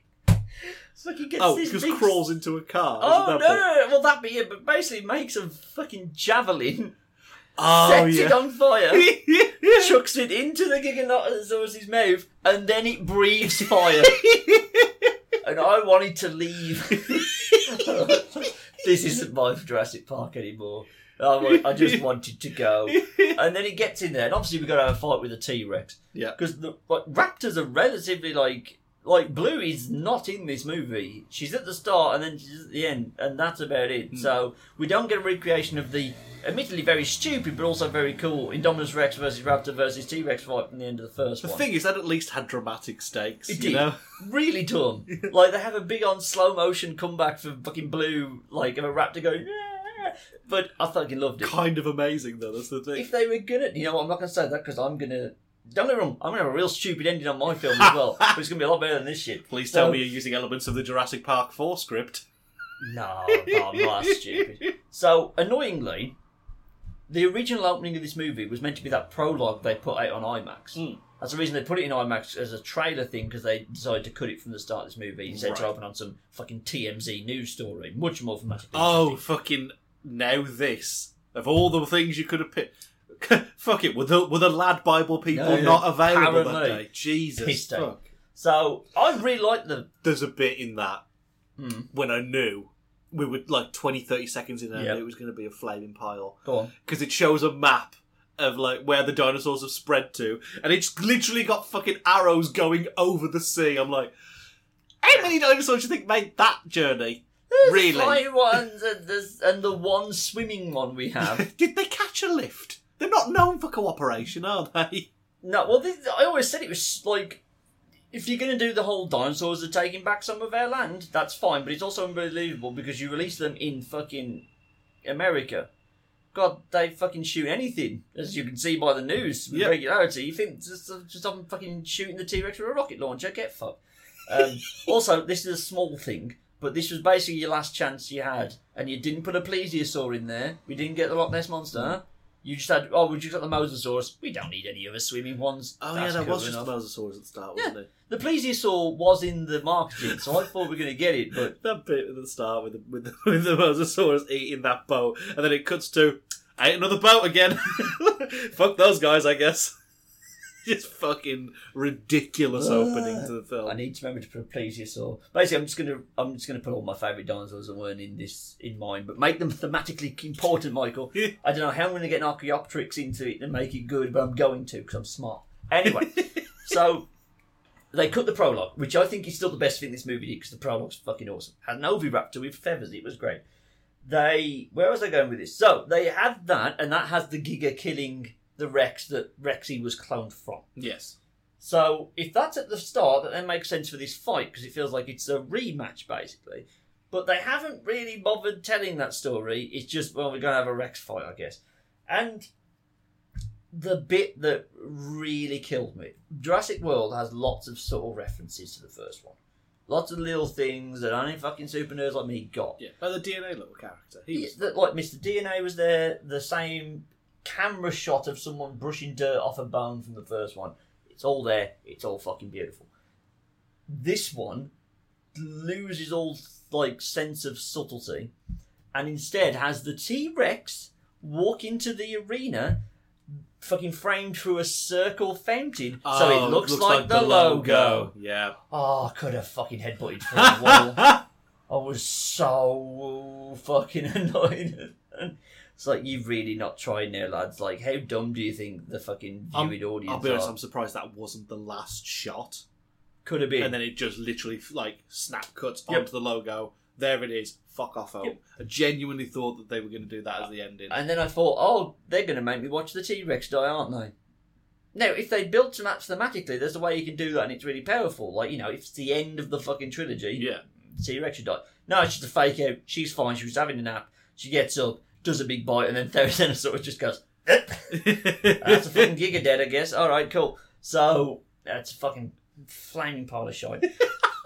[SPEAKER 2] fucking gets
[SPEAKER 1] Oh,
[SPEAKER 2] this
[SPEAKER 1] because
[SPEAKER 2] big
[SPEAKER 1] crawls into a car.
[SPEAKER 2] Oh no,
[SPEAKER 1] isn't
[SPEAKER 2] no,
[SPEAKER 1] that the-
[SPEAKER 2] no, well that be it, but basically makes a fucking javelin,
[SPEAKER 1] Oh
[SPEAKER 2] sets it
[SPEAKER 1] yeah.
[SPEAKER 2] on fire,
[SPEAKER 1] yeah.
[SPEAKER 2] chucks it into the Giganotosaurus's mouth, and then it breathes fire. and I wanted to leave. this isn't my Jurassic Park anymore. I, wa- I just wanted to go. And then it gets in there, and obviously we got to have a fight with the T Rex.
[SPEAKER 1] Yeah.
[SPEAKER 2] Because the like, raptors are relatively like. Like, Blue is not in this movie. She's at the start and then she's at the end, and that's about
[SPEAKER 1] Hmm.
[SPEAKER 2] it. So, we don't get a recreation of the admittedly very stupid but also very cool Indominus Rex versus Raptor versus T Rex fight from the end of the first
[SPEAKER 1] The
[SPEAKER 2] one
[SPEAKER 1] thing is, that at least had dramatic stakes.
[SPEAKER 2] It
[SPEAKER 1] you
[SPEAKER 2] did.
[SPEAKER 1] know.
[SPEAKER 2] really dumb. like they have a big on slow motion comeback for fucking blue, like of a raptor going. "Ah," But I fucking loved it.
[SPEAKER 1] Kind of amazing though. That's the thing.
[SPEAKER 2] If they were gonna, you know, what, I'm not gonna say that because I'm gonna. Don't get me wrong, I'm gonna have a real stupid ending on my film as well, but it's gonna be a lot better than this shit.
[SPEAKER 1] Please
[SPEAKER 2] So-
[SPEAKER 1] tell me you're using elements of the Jurassic Park four script.
[SPEAKER 2] No, no, I'm not stupid. So annoyingly, the original opening of this movie was meant to be that prologue they put out on IMAX.
[SPEAKER 1] Mm.
[SPEAKER 2] That's the reason they put it in IMAX as a trailer thing because they decided to cut it from the start of this movie instead to
[SPEAKER 1] Right.
[SPEAKER 2] open on some fucking TMZ news story, much more dramatic. than
[SPEAKER 1] Oh,
[SPEAKER 2] anything.
[SPEAKER 1] fucking now this of all the things you could have picked. Fuck it, were the were the lad Bible people
[SPEAKER 2] No,
[SPEAKER 1] not available that
[SPEAKER 2] apparently.
[SPEAKER 1] day? Jesus,
[SPEAKER 2] Piss take.
[SPEAKER 1] fuck.
[SPEAKER 2] So I really liked the
[SPEAKER 1] There's a bit in that
[SPEAKER 2] Hmm.
[SPEAKER 1] when I knew we were like 20, 30 seconds in, and
[SPEAKER 2] Yep.
[SPEAKER 1] I knew it was going to be a flaming pile
[SPEAKER 2] go on.
[SPEAKER 1] because it shows a map of like where the dinosaurs have spread to, and it's literally got fucking arrows going over the sea. I'm like, how many dinosaurs do you think made that journey? Really?
[SPEAKER 2] the flying ones and, the, and the one swimming one we have.
[SPEAKER 1] Did they catch a lift? They're not known for cooperation, are they?
[SPEAKER 2] no, well, this, I always said it was like if you're going to do the whole dinosaurs are taking back some of our land, that's fine, but it's also unbelievable because you release them in fucking America. God, they fucking shoot anything, as you can see by the news with
[SPEAKER 1] Yep.
[SPEAKER 2] regularity. You think just, just I'm fucking shooting the T Rex with a rocket launcher? Get fucked. Um, also, this is a small thing, but this was basically your last chance you had, and you didn't put a plesiosaur in there. We didn't get the Loch Ness monster. You just had oh, we just got the mosasaurus. We don't need any other swimming ones.
[SPEAKER 1] Oh
[SPEAKER 2] That's
[SPEAKER 1] yeah, that
[SPEAKER 2] cool
[SPEAKER 1] was just
[SPEAKER 2] enough.
[SPEAKER 1] the mosasaurs at the start, wasn't it?
[SPEAKER 2] The plesiosaur was in the marketing, so I thought we were going to get it, but
[SPEAKER 1] That bit at the start with the, with the, with the mosasaurus eating that boat, and then it cuts to I ate another boat again. Fuck those guys, I guess. just fucking ridiculous opening to the film.
[SPEAKER 2] I need to remember to put a plesiosaur. Basically, I'm just going to I'm just going to put all my favourite dinosaurs that weren't in this in mind, but make them thematically important, Michael. I don't know how I'm going to get an Archaeopteryx into it and make it good, but I'm going to because I'm smart. Anyway, so they cut the prologue, which I think is still the best thing this movie did because the prologue's fucking awesome. Had an oviraptor with feathers, it was great. They, where was I going with this? So they had that, and that has the Giga killing the Rex that Rexy was cloned from.
[SPEAKER 1] yes.
[SPEAKER 2] So if that's at the start, that then makes sense for this fight because it feels like it's a rematch basically. But they haven't really bothered telling that story. It's just well, we're gonna have a Rex fight, I guess. And the bit that really killed me, Jurassic World has lots of subtle references to the first one. Lots of little things that only fucking super nerds like me got.
[SPEAKER 1] Yeah. Like the DNA little character. He was
[SPEAKER 2] That like Mr. DNA was there, the same camera shot of someone brushing dirt off a bone from the first one. It's all there. It's all fucking beautiful. This one loses all like sense of subtlety, and instead has the T Rex walk into the arena, fucking framed through a circle fountain, so
[SPEAKER 1] Oh,
[SPEAKER 2] it looks, like, the, logo.
[SPEAKER 1] Yeah.
[SPEAKER 2] Oh, I could have fucking headbutted through the wall. I was so fucking annoyed. it's like you've really not tried now, lads. Like, how dumb do you think the fucking
[SPEAKER 1] I'm-
[SPEAKER 2] viewing
[SPEAKER 1] I'll
[SPEAKER 2] audience
[SPEAKER 1] be honest,
[SPEAKER 2] are?
[SPEAKER 1] I'm surprised that wasn't the last shot.
[SPEAKER 2] Could have been.
[SPEAKER 1] And then it just literally like snap cuts
[SPEAKER 2] Yep.
[SPEAKER 1] onto the logo There it is. Fuck off home.
[SPEAKER 2] Yep.
[SPEAKER 1] I genuinely thought that they were going to do that as the ending.
[SPEAKER 2] And then I thought, oh, they're going to make me watch the T Rex die, aren't they? Now, if they built to match thematically, there's a way you can do that, and it's really powerful. Like, you know, if it's the end of the fucking trilogy,
[SPEAKER 1] yeah.
[SPEAKER 2] T Rex should die. No, it's just a fake out. She's fine. She was having a nap. She gets up, does a big bite, and then Therizenosaurus just goes, that's a fucking giga dead, I guess. All right, cool. So that's a fucking flaming pile of shite.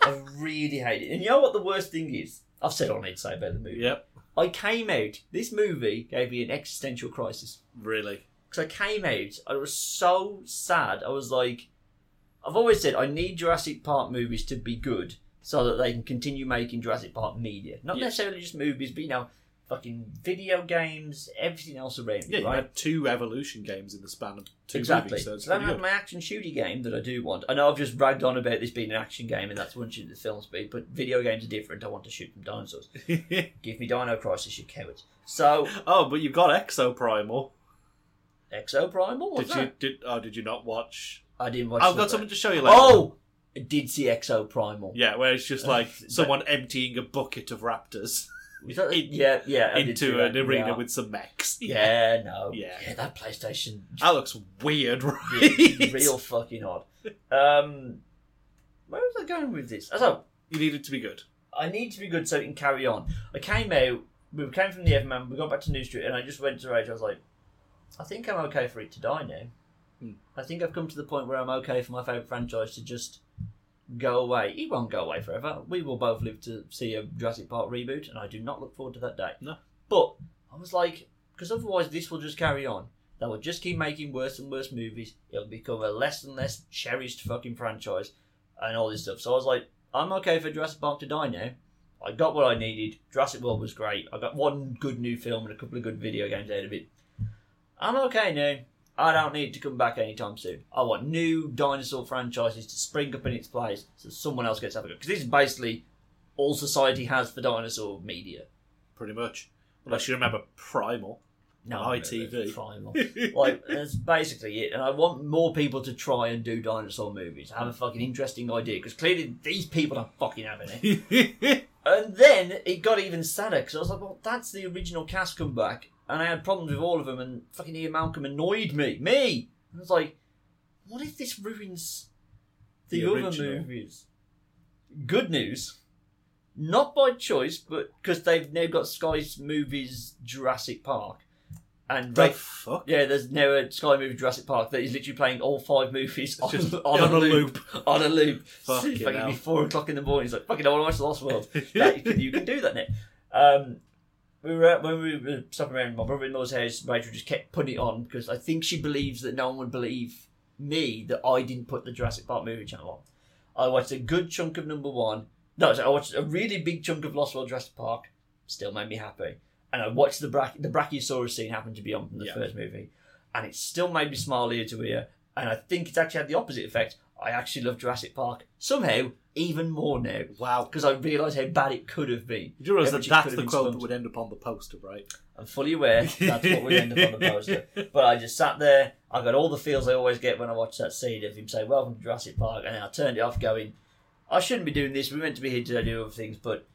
[SPEAKER 2] I really hate it. And you know what the worst thing is? I've said all I need to say about the movie.
[SPEAKER 1] yep.
[SPEAKER 2] I came out. This movie gave me an existential crisis
[SPEAKER 1] Really.
[SPEAKER 2] because I came out. I was so sad. I was like, I've always said I need Jurassic Park movies to be good so that they can continue making Jurassic Park media, not
[SPEAKER 1] Yeah.
[SPEAKER 2] necessarily just movies, but you know, fucking video games, everything else around. it,
[SPEAKER 1] Yeah, you
[SPEAKER 2] right?
[SPEAKER 1] had two Evolution games in the span of two
[SPEAKER 2] exactly.
[SPEAKER 1] movies, so it's
[SPEAKER 2] so then I
[SPEAKER 1] pretty
[SPEAKER 2] have
[SPEAKER 1] good.
[SPEAKER 2] my action shooty game that I do want. I know I've just bragged on about this being an action game, and that's one shoot the film speed. But video games are different. I want to shoot them dinosaurs. Give me Dino Crisis, you cowards. So
[SPEAKER 1] oh, but you've got Exo Primal.
[SPEAKER 2] Exo Primal.
[SPEAKER 1] Did
[SPEAKER 2] What's
[SPEAKER 1] you
[SPEAKER 2] that?
[SPEAKER 1] did? Oh, did you not watch?
[SPEAKER 2] I didn't watch.
[SPEAKER 1] I've got
[SPEAKER 2] that.
[SPEAKER 1] something to show you later.
[SPEAKER 2] Oh, I did see Exo Primal.
[SPEAKER 1] Yeah, where it's just
[SPEAKER 2] Uh,
[SPEAKER 1] like
[SPEAKER 2] but-
[SPEAKER 1] someone emptying a bucket of raptors
[SPEAKER 2] Was that the-
[SPEAKER 1] in-
[SPEAKER 2] yeah, yeah. I did see
[SPEAKER 1] into
[SPEAKER 2] that,
[SPEAKER 1] an arena
[SPEAKER 2] yeah.
[SPEAKER 1] with some mechs.
[SPEAKER 2] Yeah, no.
[SPEAKER 1] Yeah.
[SPEAKER 2] that PlayStation.
[SPEAKER 1] That looks weird, right?
[SPEAKER 2] is real fucking odd. Um, where was I going with this? Oh, So,
[SPEAKER 1] You need it to be good.
[SPEAKER 2] I need to be good so it can carry on. I came out, we came from the Everman, we got back to New Street, and I just went to Rage. I was like, I think I'm okay for it to die now.
[SPEAKER 1] Hmm.
[SPEAKER 2] I think I've come to the point where I'm okay for my favourite franchise to just go away. It won't go away forever. We will both live to see a Jurassic Park reboot, and I do not look forward to that day.
[SPEAKER 1] No.
[SPEAKER 2] But I was like, because otherwise this will just carry on. They will just keep making worse and worse movies. It'll become a less and less cherished fucking franchise and all this stuff. So I was like, I'm okay for Jurassic Park to die now. I got what I needed. Jurassic World was great. I got one good new film and a couple of good video games out of it. I'm okay now. I don't need to come back anytime soon. I want new dinosaur franchises to spring up in its place so someone else gets to have a go. Because this is basically all society has for dinosaur media.
[SPEAKER 1] Pretty much. Unless you remember Primal.
[SPEAKER 2] No,
[SPEAKER 1] ITV.
[SPEAKER 2] Primal. like that's basically it. And I want more people to try and do dinosaur movies. Have a fucking interesting idea because clearly these people are fucking having it. And then it got even sadder because I was like, well, that's the original cast come back, and I had problems with all of them, and fucking Ian Malcolm annoyed me, me. And I was like, what if this ruins the,
[SPEAKER 1] The
[SPEAKER 2] other
[SPEAKER 1] original.
[SPEAKER 2] movies? Good news, not by choice, but because they've now got Sky's movies Jurassic Park, and
[SPEAKER 1] the
[SPEAKER 2] they.
[SPEAKER 1] fuck?
[SPEAKER 2] Yeah, there's now a Sky movie Jurassic Park that is literally playing all five movies on,
[SPEAKER 1] just
[SPEAKER 2] on, a loop. On a loop.
[SPEAKER 1] Fucking
[SPEAKER 2] Fucking
[SPEAKER 1] hell.
[SPEAKER 2] be four o'clock in the morning. It's like, fucking, I want to watch The Lost World. that, you can do that now. Um, we were at, when we were stopping around my brother-in-law's house. Rachel just kept putting it on because I think she believes that no one would believe me that I didn't put the Jurassic Park movie channel on. I watched a good chunk of number one. No, sorry, I watched a really big chunk of Lost World Jurassic Park. Still made me happy. And I watched the Brach- the Brachiosaurus scene happen to be on from the
[SPEAKER 1] Yeah.
[SPEAKER 2] first movie, and it still made me smile ear to ear. And I think it's actually had the opposite effect. I actually love Jurassic Park somehow even more now
[SPEAKER 1] Wow.
[SPEAKER 2] because I realised how bad it could have been.
[SPEAKER 1] You do realise that
[SPEAKER 2] Everything could
[SPEAKER 1] that's
[SPEAKER 2] have
[SPEAKER 1] the
[SPEAKER 2] been
[SPEAKER 1] quote that
[SPEAKER 2] sponged.
[SPEAKER 1] would end up on the poster, right?
[SPEAKER 2] I'm fully aware that's what would end up on the poster. But I just sat there. I got all the feels I always get when I watch that scene of him saying, Welcome to Jurassic Park. And then I turned it off, going, I shouldn't be doing this. We meant to be here to do other things, but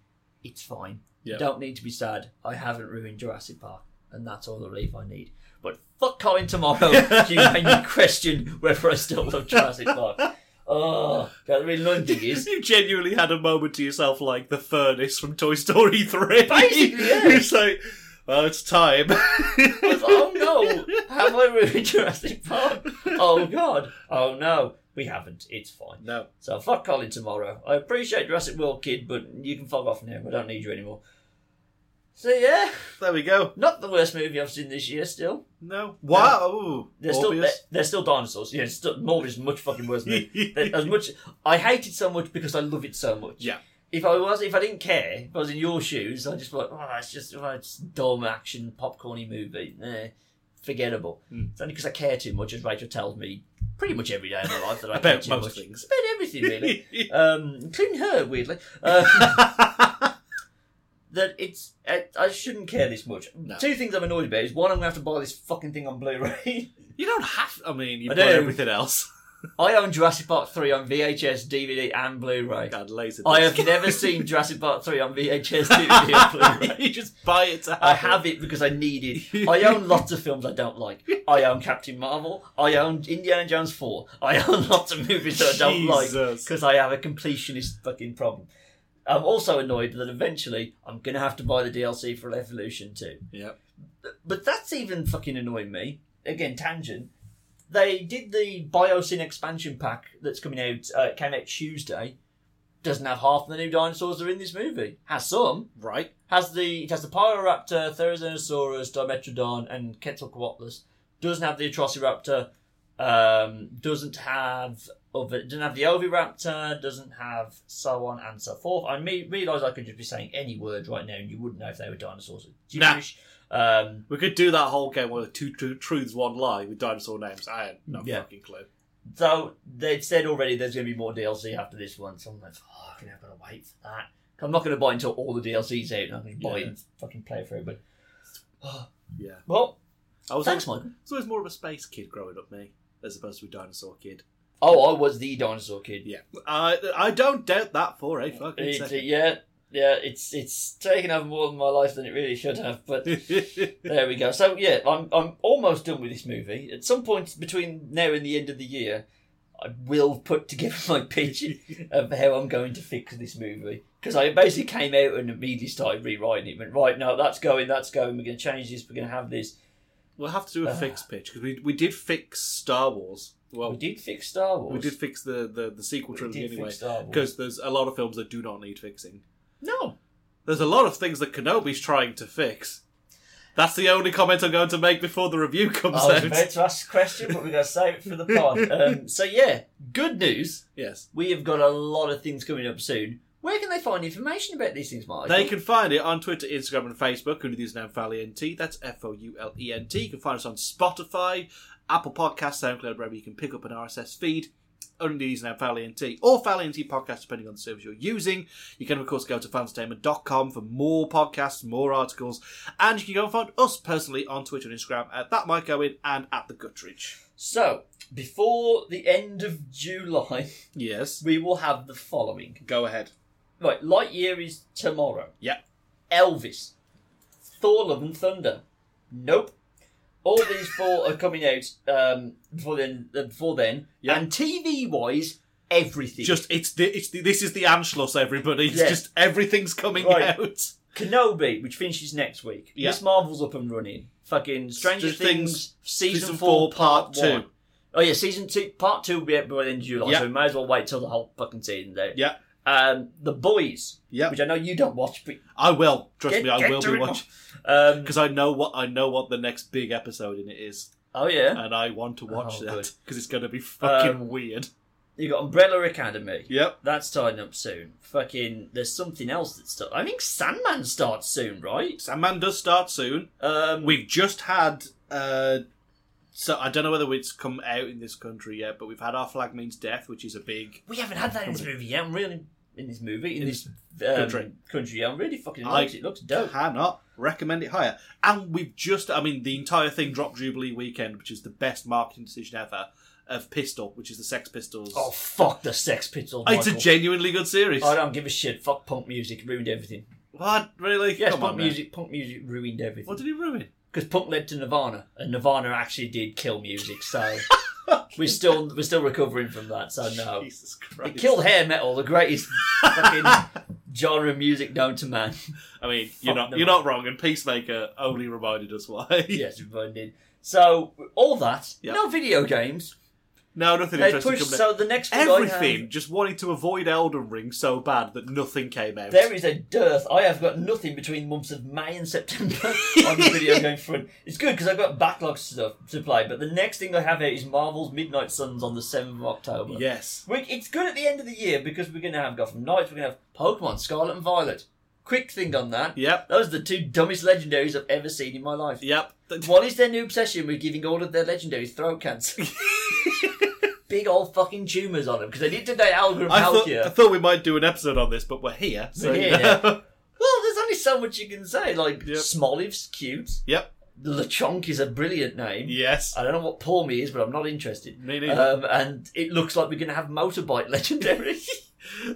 [SPEAKER 2] it's fine.
[SPEAKER 1] Yeah.
[SPEAKER 2] You don't need to be sad. I haven't ruined Jurassic Park. And that's all the relief I need. But fuck Colin tomorrow. you made me question whether I still love Jurassic Park. Oh, that really London is.
[SPEAKER 1] You genuinely had a moment to yourself like the furnace from Toy Story 3.
[SPEAKER 2] Basically, yeah.
[SPEAKER 1] it's like, well, it's time.
[SPEAKER 2] I was, oh no, have I ruined Jurassic Park? Oh god, oh no, we haven't. It's fine.
[SPEAKER 1] no.
[SPEAKER 2] So fuck Colin tomorrow. I appreciate Jurassic World, kid, but you can fuck off now. I don't need you anymore. So yeah,
[SPEAKER 1] There we go.
[SPEAKER 2] not the worst movie I've seen this year. Still,
[SPEAKER 1] No. Wow. Ooh,
[SPEAKER 2] there's still
[SPEAKER 1] Morbius.
[SPEAKER 2] there- there's still dinosaurs. Yeah, it's still, Morbius is much fucking worse than it. As much I hate it so much because I love it so much.
[SPEAKER 1] Yeah.
[SPEAKER 2] If I was, if I didn't care, if I was in your shoes, I'd just be like, oh, it's just, oh, it's dumb action, popcorny movie, eh, forgettable.
[SPEAKER 1] Mm.
[SPEAKER 2] It's only because I care too much, as Rachel tells me pretty much every day of my life that I care
[SPEAKER 1] About
[SPEAKER 2] too
[SPEAKER 1] most
[SPEAKER 2] much.
[SPEAKER 1] things.
[SPEAKER 2] About everything, really, um, including her, weirdly. Um, that it's, I, I shouldn't care this much.
[SPEAKER 1] No.
[SPEAKER 2] Two things I'm annoyed about is one, I'm gonna have to buy this fucking thing on Blu-ray.
[SPEAKER 1] you don't have. I mean,
[SPEAKER 2] I
[SPEAKER 1] you've
[SPEAKER 2] do.
[SPEAKER 1] got everything else.
[SPEAKER 2] I own Jurassic Park 3 on VHS, DVD, and Blu ray.
[SPEAKER 1] God, laser.
[SPEAKER 2] I have
[SPEAKER 1] disc.
[SPEAKER 2] never seen Jurassic Park 3 on VHS, DVD, and Blu ray.
[SPEAKER 1] you just buy it to have
[SPEAKER 2] I
[SPEAKER 1] it.
[SPEAKER 2] have it because I need it. I own lots of films I don't like. I own Captain Marvel. I own Indiana Jones 4. I own lots of movies that I don't like
[SPEAKER 1] Jesus.
[SPEAKER 2] because I have a completionist fucking problem. I'm also annoyed that eventually I'm going to have to buy the DLC for Evolution 2.
[SPEAKER 1] Yep.
[SPEAKER 2] But that's even fucking annoying me. Again, tangent. They did the Biosyn expansion pack that's coming out, uh, came out Tuesday. Doesn't have half the new dinosaurs that are in this movie. Has some.
[SPEAKER 1] Right.
[SPEAKER 2] Has the it has the Pyroraptor, Therizinosaurus, Dimetrodon, and Quetzalcoatlus. Doesn't have the Atrociraptor. Um, doesn't have other, doesn't have the Oviraptor. Doesn't have so on and so forth. I me- realise I could just be saying any word right now, and you wouldn't know if they were dinosaurs. Or
[SPEAKER 1] Nah.
[SPEAKER 2] gibberish. Um,
[SPEAKER 1] We could do that whole game with two tru- truths, one lie with dinosaur names. I had no
[SPEAKER 2] Yeah.
[SPEAKER 1] fucking clue.
[SPEAKER 2] so they've said already there's going to be more DLC after this one. So I'm like, fucking, I've got to wait for that. I'm not going to buy until all the DLCs out. and I'm going to buy
[SPEAKER 1] Yeah.
[SPEAKER 2] it and fucking play through. But
[SPEAKER 1] Yeah.
[SPEAKER 2] well,
[SPEAKER 1] I was
[SPEAKER 2] thanks,
[SPEAKER 1] always, I
[SPEAKER 2] Michael.
[SPEAKER 1] was always more of a space kid growing up, me, as opposed to a dinosaur kid.
[SPEAKER 2] Oh, I was the dinosaur kid.
[SPEAKER 1] Yeah. I Uh, I don't doubt that for a fucking
[SPEAKER 2] It,
[SPEAKER 1] second.
[SPEAKER 2] yeah, yeah, it's it's taken over more than my life than it really should have. But there we go. So yeah, I'm I'm almost done with this movie. At some point between now and the end of the year, I will put together my pitch of how I'm going to fix this movie because I basically came out and immediately started rewriting it. Went right, no, that's going, that's going. We're going to change this. We're going to have this.
[SPEAKER 1] we'll have to do a fix pitch because we we did fix Star Wars. Well,
[SPEAKER 2] We
[SPEAKER 1] we did,
[SPEAKER 2] did fix Star Wars.
[SPEAKER 1] fix the the, the sequel
[SPEAKER 2] We
[SPEAKER 1] trilogy
[SPEAKER 2] did fix
[SPEAKER 1] anyway
[SPEAKER 2] Star Wars.
[SPEAKER 1] because there's a lot of films that do not need fixing.
[SPEAKER 2] no,
[SPEAKER 1] There's a lot of things that Kenobi's trying to fix. That's the only comment I'm going to make before the review comes
[SPEAKER 2] I was
[SPEAKER 1] out.
[SPEAKER 2] about to ask a question, but we're going to save it for the pod. Um, so yeah, good news.
[SPEAKER 1] Yes.
[SPEAKER 2] We have got a lot of things coming up soon. Where can they find information about these things, Mike?
[SPEAKER 1] They can find it on Twitter, Instagram, and Facebook under the username Valiant. That's F O U L E N T. You can find us on Spotify, Apple Podcasts, SoundCloud, wherever you can pick up an RSS feed under the username Valiant or Valiant Podcast, depending on the service you're using. You can, of course, go to fanstatement.com for more podcasts, more articles, and you can go and find us personally on Twitter and Instagram at that Mike Owen and at the Guttridge.
[SPEAKER 2] So, before the end of July,
[SPEAKER 1] Yes.
[SPEAKER 2] we will have the following.
[SPEAKER 1] Go ahead.
[SPEAKER 2] Right, Lightyear is tomorrow.
[SPEAKER 1] Yeah.
[SPEAKER 2] Elvis. Thor Love and Thunder. Nope. All these four are coming out um, before then. Uh, before then,
[SPEAKER 1] Yeah.
[SPEAKER 2] and TV wise, everything.
[SPEAKER 1] Just it's the, it's the, this is the Anschluss, everybody. It's
[SPEAKER 2] Yeah.
[SPEAKER 1] just everything's coming
[SPEAKER 2] Right.
[SPEAKER 1] out.
[SPEAKER 2] Kenobi, which finishes next week.
[SPEAKER 1] Yeah.
[SPEAKER 2] Miss Marvel's up and running. Fucking Stranger
[SPEAKER 1] Stranger
[SPEAKER 2] Things,
[SPEAKER 1] Things,
[SPEAKER 2] season,
[SPEAKER 1] season four,
[SPEAKER 2] four, part,
[SPEAKER 1] part
[SPEAKER 2] two.
[SPEAKER 1] two.
[SPEAKER 2] Oh yeah, season two, part two will be out by the end of July,
[SPEAKER 1] Yeah.
[SPEAKER 2] so we may as well wait till the whole fucking season's out.
[SPEAKER 1] Yeah.
[SPEAKER 2] Um, the Boys,
[SPEAKER 1] Yeah.
[SPEAKER 2] which I know you don't watch, but
[SPEAKER 1] I will. Trust
[SPEAKER 2] Get-
[SPEAKER 1] me, I
[SPEAKER 2] get
[SPEAKER 1] will
[SPEAKER 2] to
[SPEAKER 1] be
[SPEAKER 2] it.
[SPEAKER 1] watching
[SPEAKER 2] um,
[SPEAKER 1] because I know what I know what the next big episode in it is,
[SPEAKER 2] oh yeah,
[SPEAKER 1] and I want to watch
[SPEAKER 2] Oh,
[SPEAKER 1] that 'cause
[SPEAKER 2] good.
[SPEAKER 1] that because it's going to be fucking
[SPEAKER 2] Um,
[SPEAKER 1] weird.
[SPEAKER 2] you got Umbrella Academy.
[SPEAKER 1] Yep.
[SPEAKER 2] That's starting up soon. Fucking, there's something else that's starting. I think Sandman starts soon, right?
[SPEAKER 1] Sandman does start soon.
[SPEAKER 2] Um,
[SPEAKER 1] We've just had. Uh, so I don't know whether it's come out in this country yet, but we've had our flag means death, which is a big.
[SPEAKER 2] we haven't had that in this movie yet. I'm really in this movie in,
[SPEAKER 1] In
[SPEAKER 2] this um, country.
[SPEAKER 1] country.
[SPEAKER 2] Yeah, I'm really fucking
[SPEAKER 1] I-
[SPEAKER 2] likes it. It Looks dope.
[SPEAKER 1] Cannot recommend it higher. And we've just, I mean, the entire thing dropped Jubilee Weekend, which is the best marketing decision ever of Pistol, which is the Sex Pistols.
[SPEAKER 2] Oh fuck the Sex Pistols.
[SPEAKER 1] it's a
[SPEAKER 2] Michael.
[SPEAKER 1] genuinely good series.
[SPEAKER 2] I don't give a shit. Fuck punk music. Ruined everything.
[SPEAKER 1] What really?
[SPEAKER 2] Yes,
[SPEAKER 1] Come
[SPEAKER 2] punk
[SPEAKER 1] on, man.
[SPEAKER 2] music. Punk music ruined everything.
[SPEAKER 1] What did he ruin?
[SPEAKER 2] Because punk led to Nirvana, and Nirvana actually did kill music. So we're still we're still recovering from that. So no,
[SPEAKER 1] Jesus
[SPEAKER 2] it
[SPEAKER 1] Christ.
[SPEAKER 2] killed hair metal, the greatest fucking genre of music known to man.
[SPEAKER 1] I mean, you're
[SPEAKER 2] Fuck
[SPEAKER 1] not
[SPEAKER 2] them
[SPEAKER 1] you're
[SPEAKER 2] up.
[SPEAKER 1] not wrong, and Peacemaker only reminded us why.
[SPEAKER 2] yes, everyone did. So all that.
[SPEAKER 1] Yeah.
[SPEAKER 2] No video games.
[SPEAKER 1] No, nothing
[SPEAKER 2] They
[SPEAKER 1] interesting.
[SPEAKER 2] pushed
[SPEAKER 1] coming
[SPEAKER 2] so the next one I have-
[SPEAKER 1] Everything just wanting to avoid Elden Ring so bad that nothing came out.
[SPEAKER 2] There is a dearth. I have got nothing between months of May and September on the video game front. It's good because I've got backlog stuff to play, but the next thing I have here is Marvel's Midnight Suns on the 7th of October.
[SPEAKER 1] yes.
[SPEAKER 2] We- It's good at the end of the year because we're going to have Gotham Knights, we're going to have Pokemon Scarlet and Violet. Quick thing on that.
[SPEAKER 1] Yep.
[SPEAKER 2] Those are the two dumbest legendaries I've ever seen in my life.
[SPEAKER 1] Yep.
[SPEAKER 2] What is their new obsession with giving all of their legendaries throat cancer? Big old fucking tumours on them because they did today Algrim
[SPEAKER 1] I thought,
[SPEAKER 2] Palkia.
[SPEAKER 1] I thought we might do an episode on this, but we're here. So
[SPEAKER 2] We're
[SPEAKER 1] you
[SPEAKER 2] here.
[SPEAKER 1] know.
[SPEAKER 2] Well, there's only so much you can say. Like
[SPEAKER 1] Yep.
[SPEAKER 2] Smoliv's cute.
[SPEAKER 1] Yep.
[SPEAKER 2] Lechonk is a brilliant name.
[SPEAKER 1] Yes.
[SPEAKER 2] I don't know what Paul me is, but I'm not interested.
[SPEAKER 1] Me neither.
[SPEAKER 2] Um, and it looks like we're going to have motorbike legendary.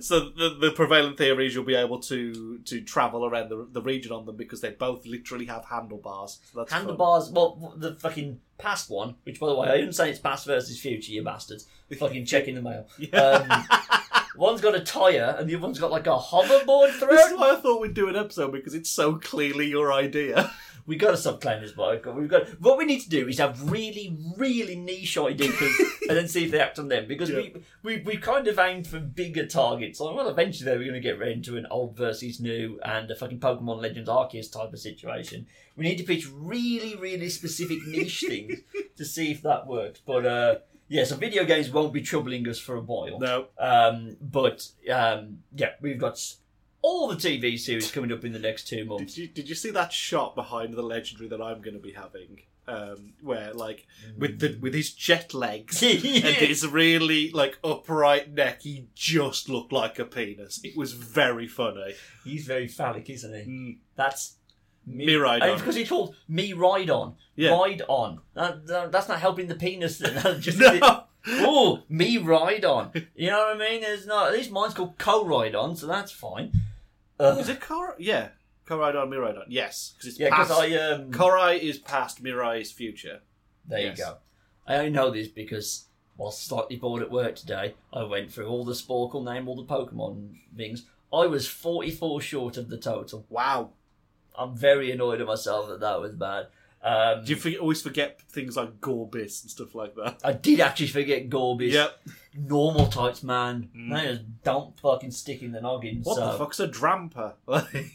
[SPEAKER 1] so the, the prevailing theory is you'll be able to to travel around the, the region on them because they both literally have handlebars. So that's fun.
[SPEAKER 2] Handlebars, well, the fucking past one, which by the way, I didn't say it's past versus future, you bastards. Fucking check in the mail. Um, one's got a tyre, and the other one's got like a hoverboard
[SPEAKER 1] This
[SPEAKER 2] throat.
[SPEAKER 1] is why I thought we'd do an episode because it's so clearly your idea.
[SPEAKER 2] We got to stop claiming this bloke. We've got what we need to do is have really, really niche ideas, and then see if they act on them because we, we we kind of aimed for bigger targets. Like, well, eventually we're going to get right into an old versus new and a fucking Pokemon Legends Arceus type of situation. We need to pitch really, really specific niche things to see if that works. But uh, yeah, so video games won't be troubling us for a while.
[SPEAKER 1] No,
[SPEAKER 2] Um, but um, yeah, we've got s- all the TV series coming up in the next two months.
[SPEAKER 1] did you did you see that shot behind the legendary that I'm going to be having? Um, where like with the with his jet legs and his really like upright neck, he just looked like a penis. It was very funny.
[SPEAKER 2] He's very phallic, isn't he?
[SPEAKER 1] Mm,
[SPEAKER 2] That's
[SPEAKER 1] Me ride on.
[SPEAKER 2] And it's because he called me ride on.
[SPEAKER 1] Yeah.
[SPEAKER 2] Ride on. That, that- that's not helping the penis. Then. That's just
[SPEAKER 1] No.
[SPEAKER 2] oh, me ride on. You know what I mean? There's not. At least mine's called co ride on, so that's fine. Uh,
[SPEAKER 1] Is it Kor? Yeah, Koridon, Miridon. Yes, because it's
[SPEAKER 2] yeah, because
[SPEAKER 1] past.
[SPEAKER 2] I um.
[SPEAKER 1] Korai is past, Mirai is future.
[SPEAKER 2] there
[SPEAKER 1] yes.
[SPEAKER 2] you go. I only know this because whilst slightly bored at work today, I went through all the Sporkle name, all the Pokemon things. I was 44 short of the total.
[SPEAKER 1] Wow.
[SPEAKER 2] I'm very annoyed at myself that that was bad. Um,
[SPEAKER 1] Do you forget, always forget things like Gorbis and stuff like that?
[SPEAKER 2] I did actually forget Gorbis.
[SPEAKER 1] Yep.
[SPEAKER 2] normal types, man.
[SPEAKER 1] Mm.
[SPEAKER 2] They just don't fucking stick in the noggin.
[SPEAKER 1] What
[SPEAKER 2] so.
[SPEAKER 1] the fuck's a dramper?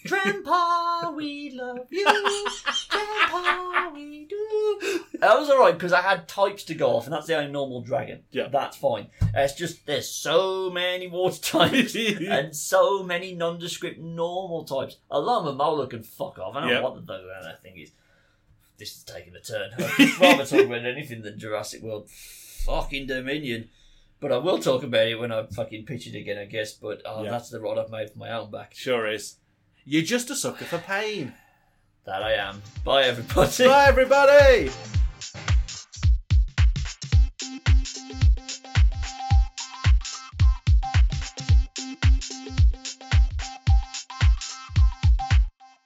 [SPEAKER 2] Grandpa, we love you. Grandpa, we do. That was alright because I had types to go off, and that's the only normal dragon.
[SPEAKER 1] Yeah.
[SPEAKER 2] That's fine. It's just there's so many water types and so many nondescript normal types. A Llama can fuck off. I don't
[SPEAKER 1] Yeah.
[SPEAKER 2] know what the fuck that thing is. This is taking a turn. I'd rather talk about anything than Jurassic World fucking Dominion. But I will talk about it when I fucking pitch it again, I guess. But oh,
[SPEAKER 1] Yeah.
[SPEAKER 2] that's the rod I've made for my own back.
[SPEAKER 1] sure is. You're just a sucker for pain.
[SPEAKER 2] That I am. Bye, everybody.
[SPEAKER 1] Bye, everybody!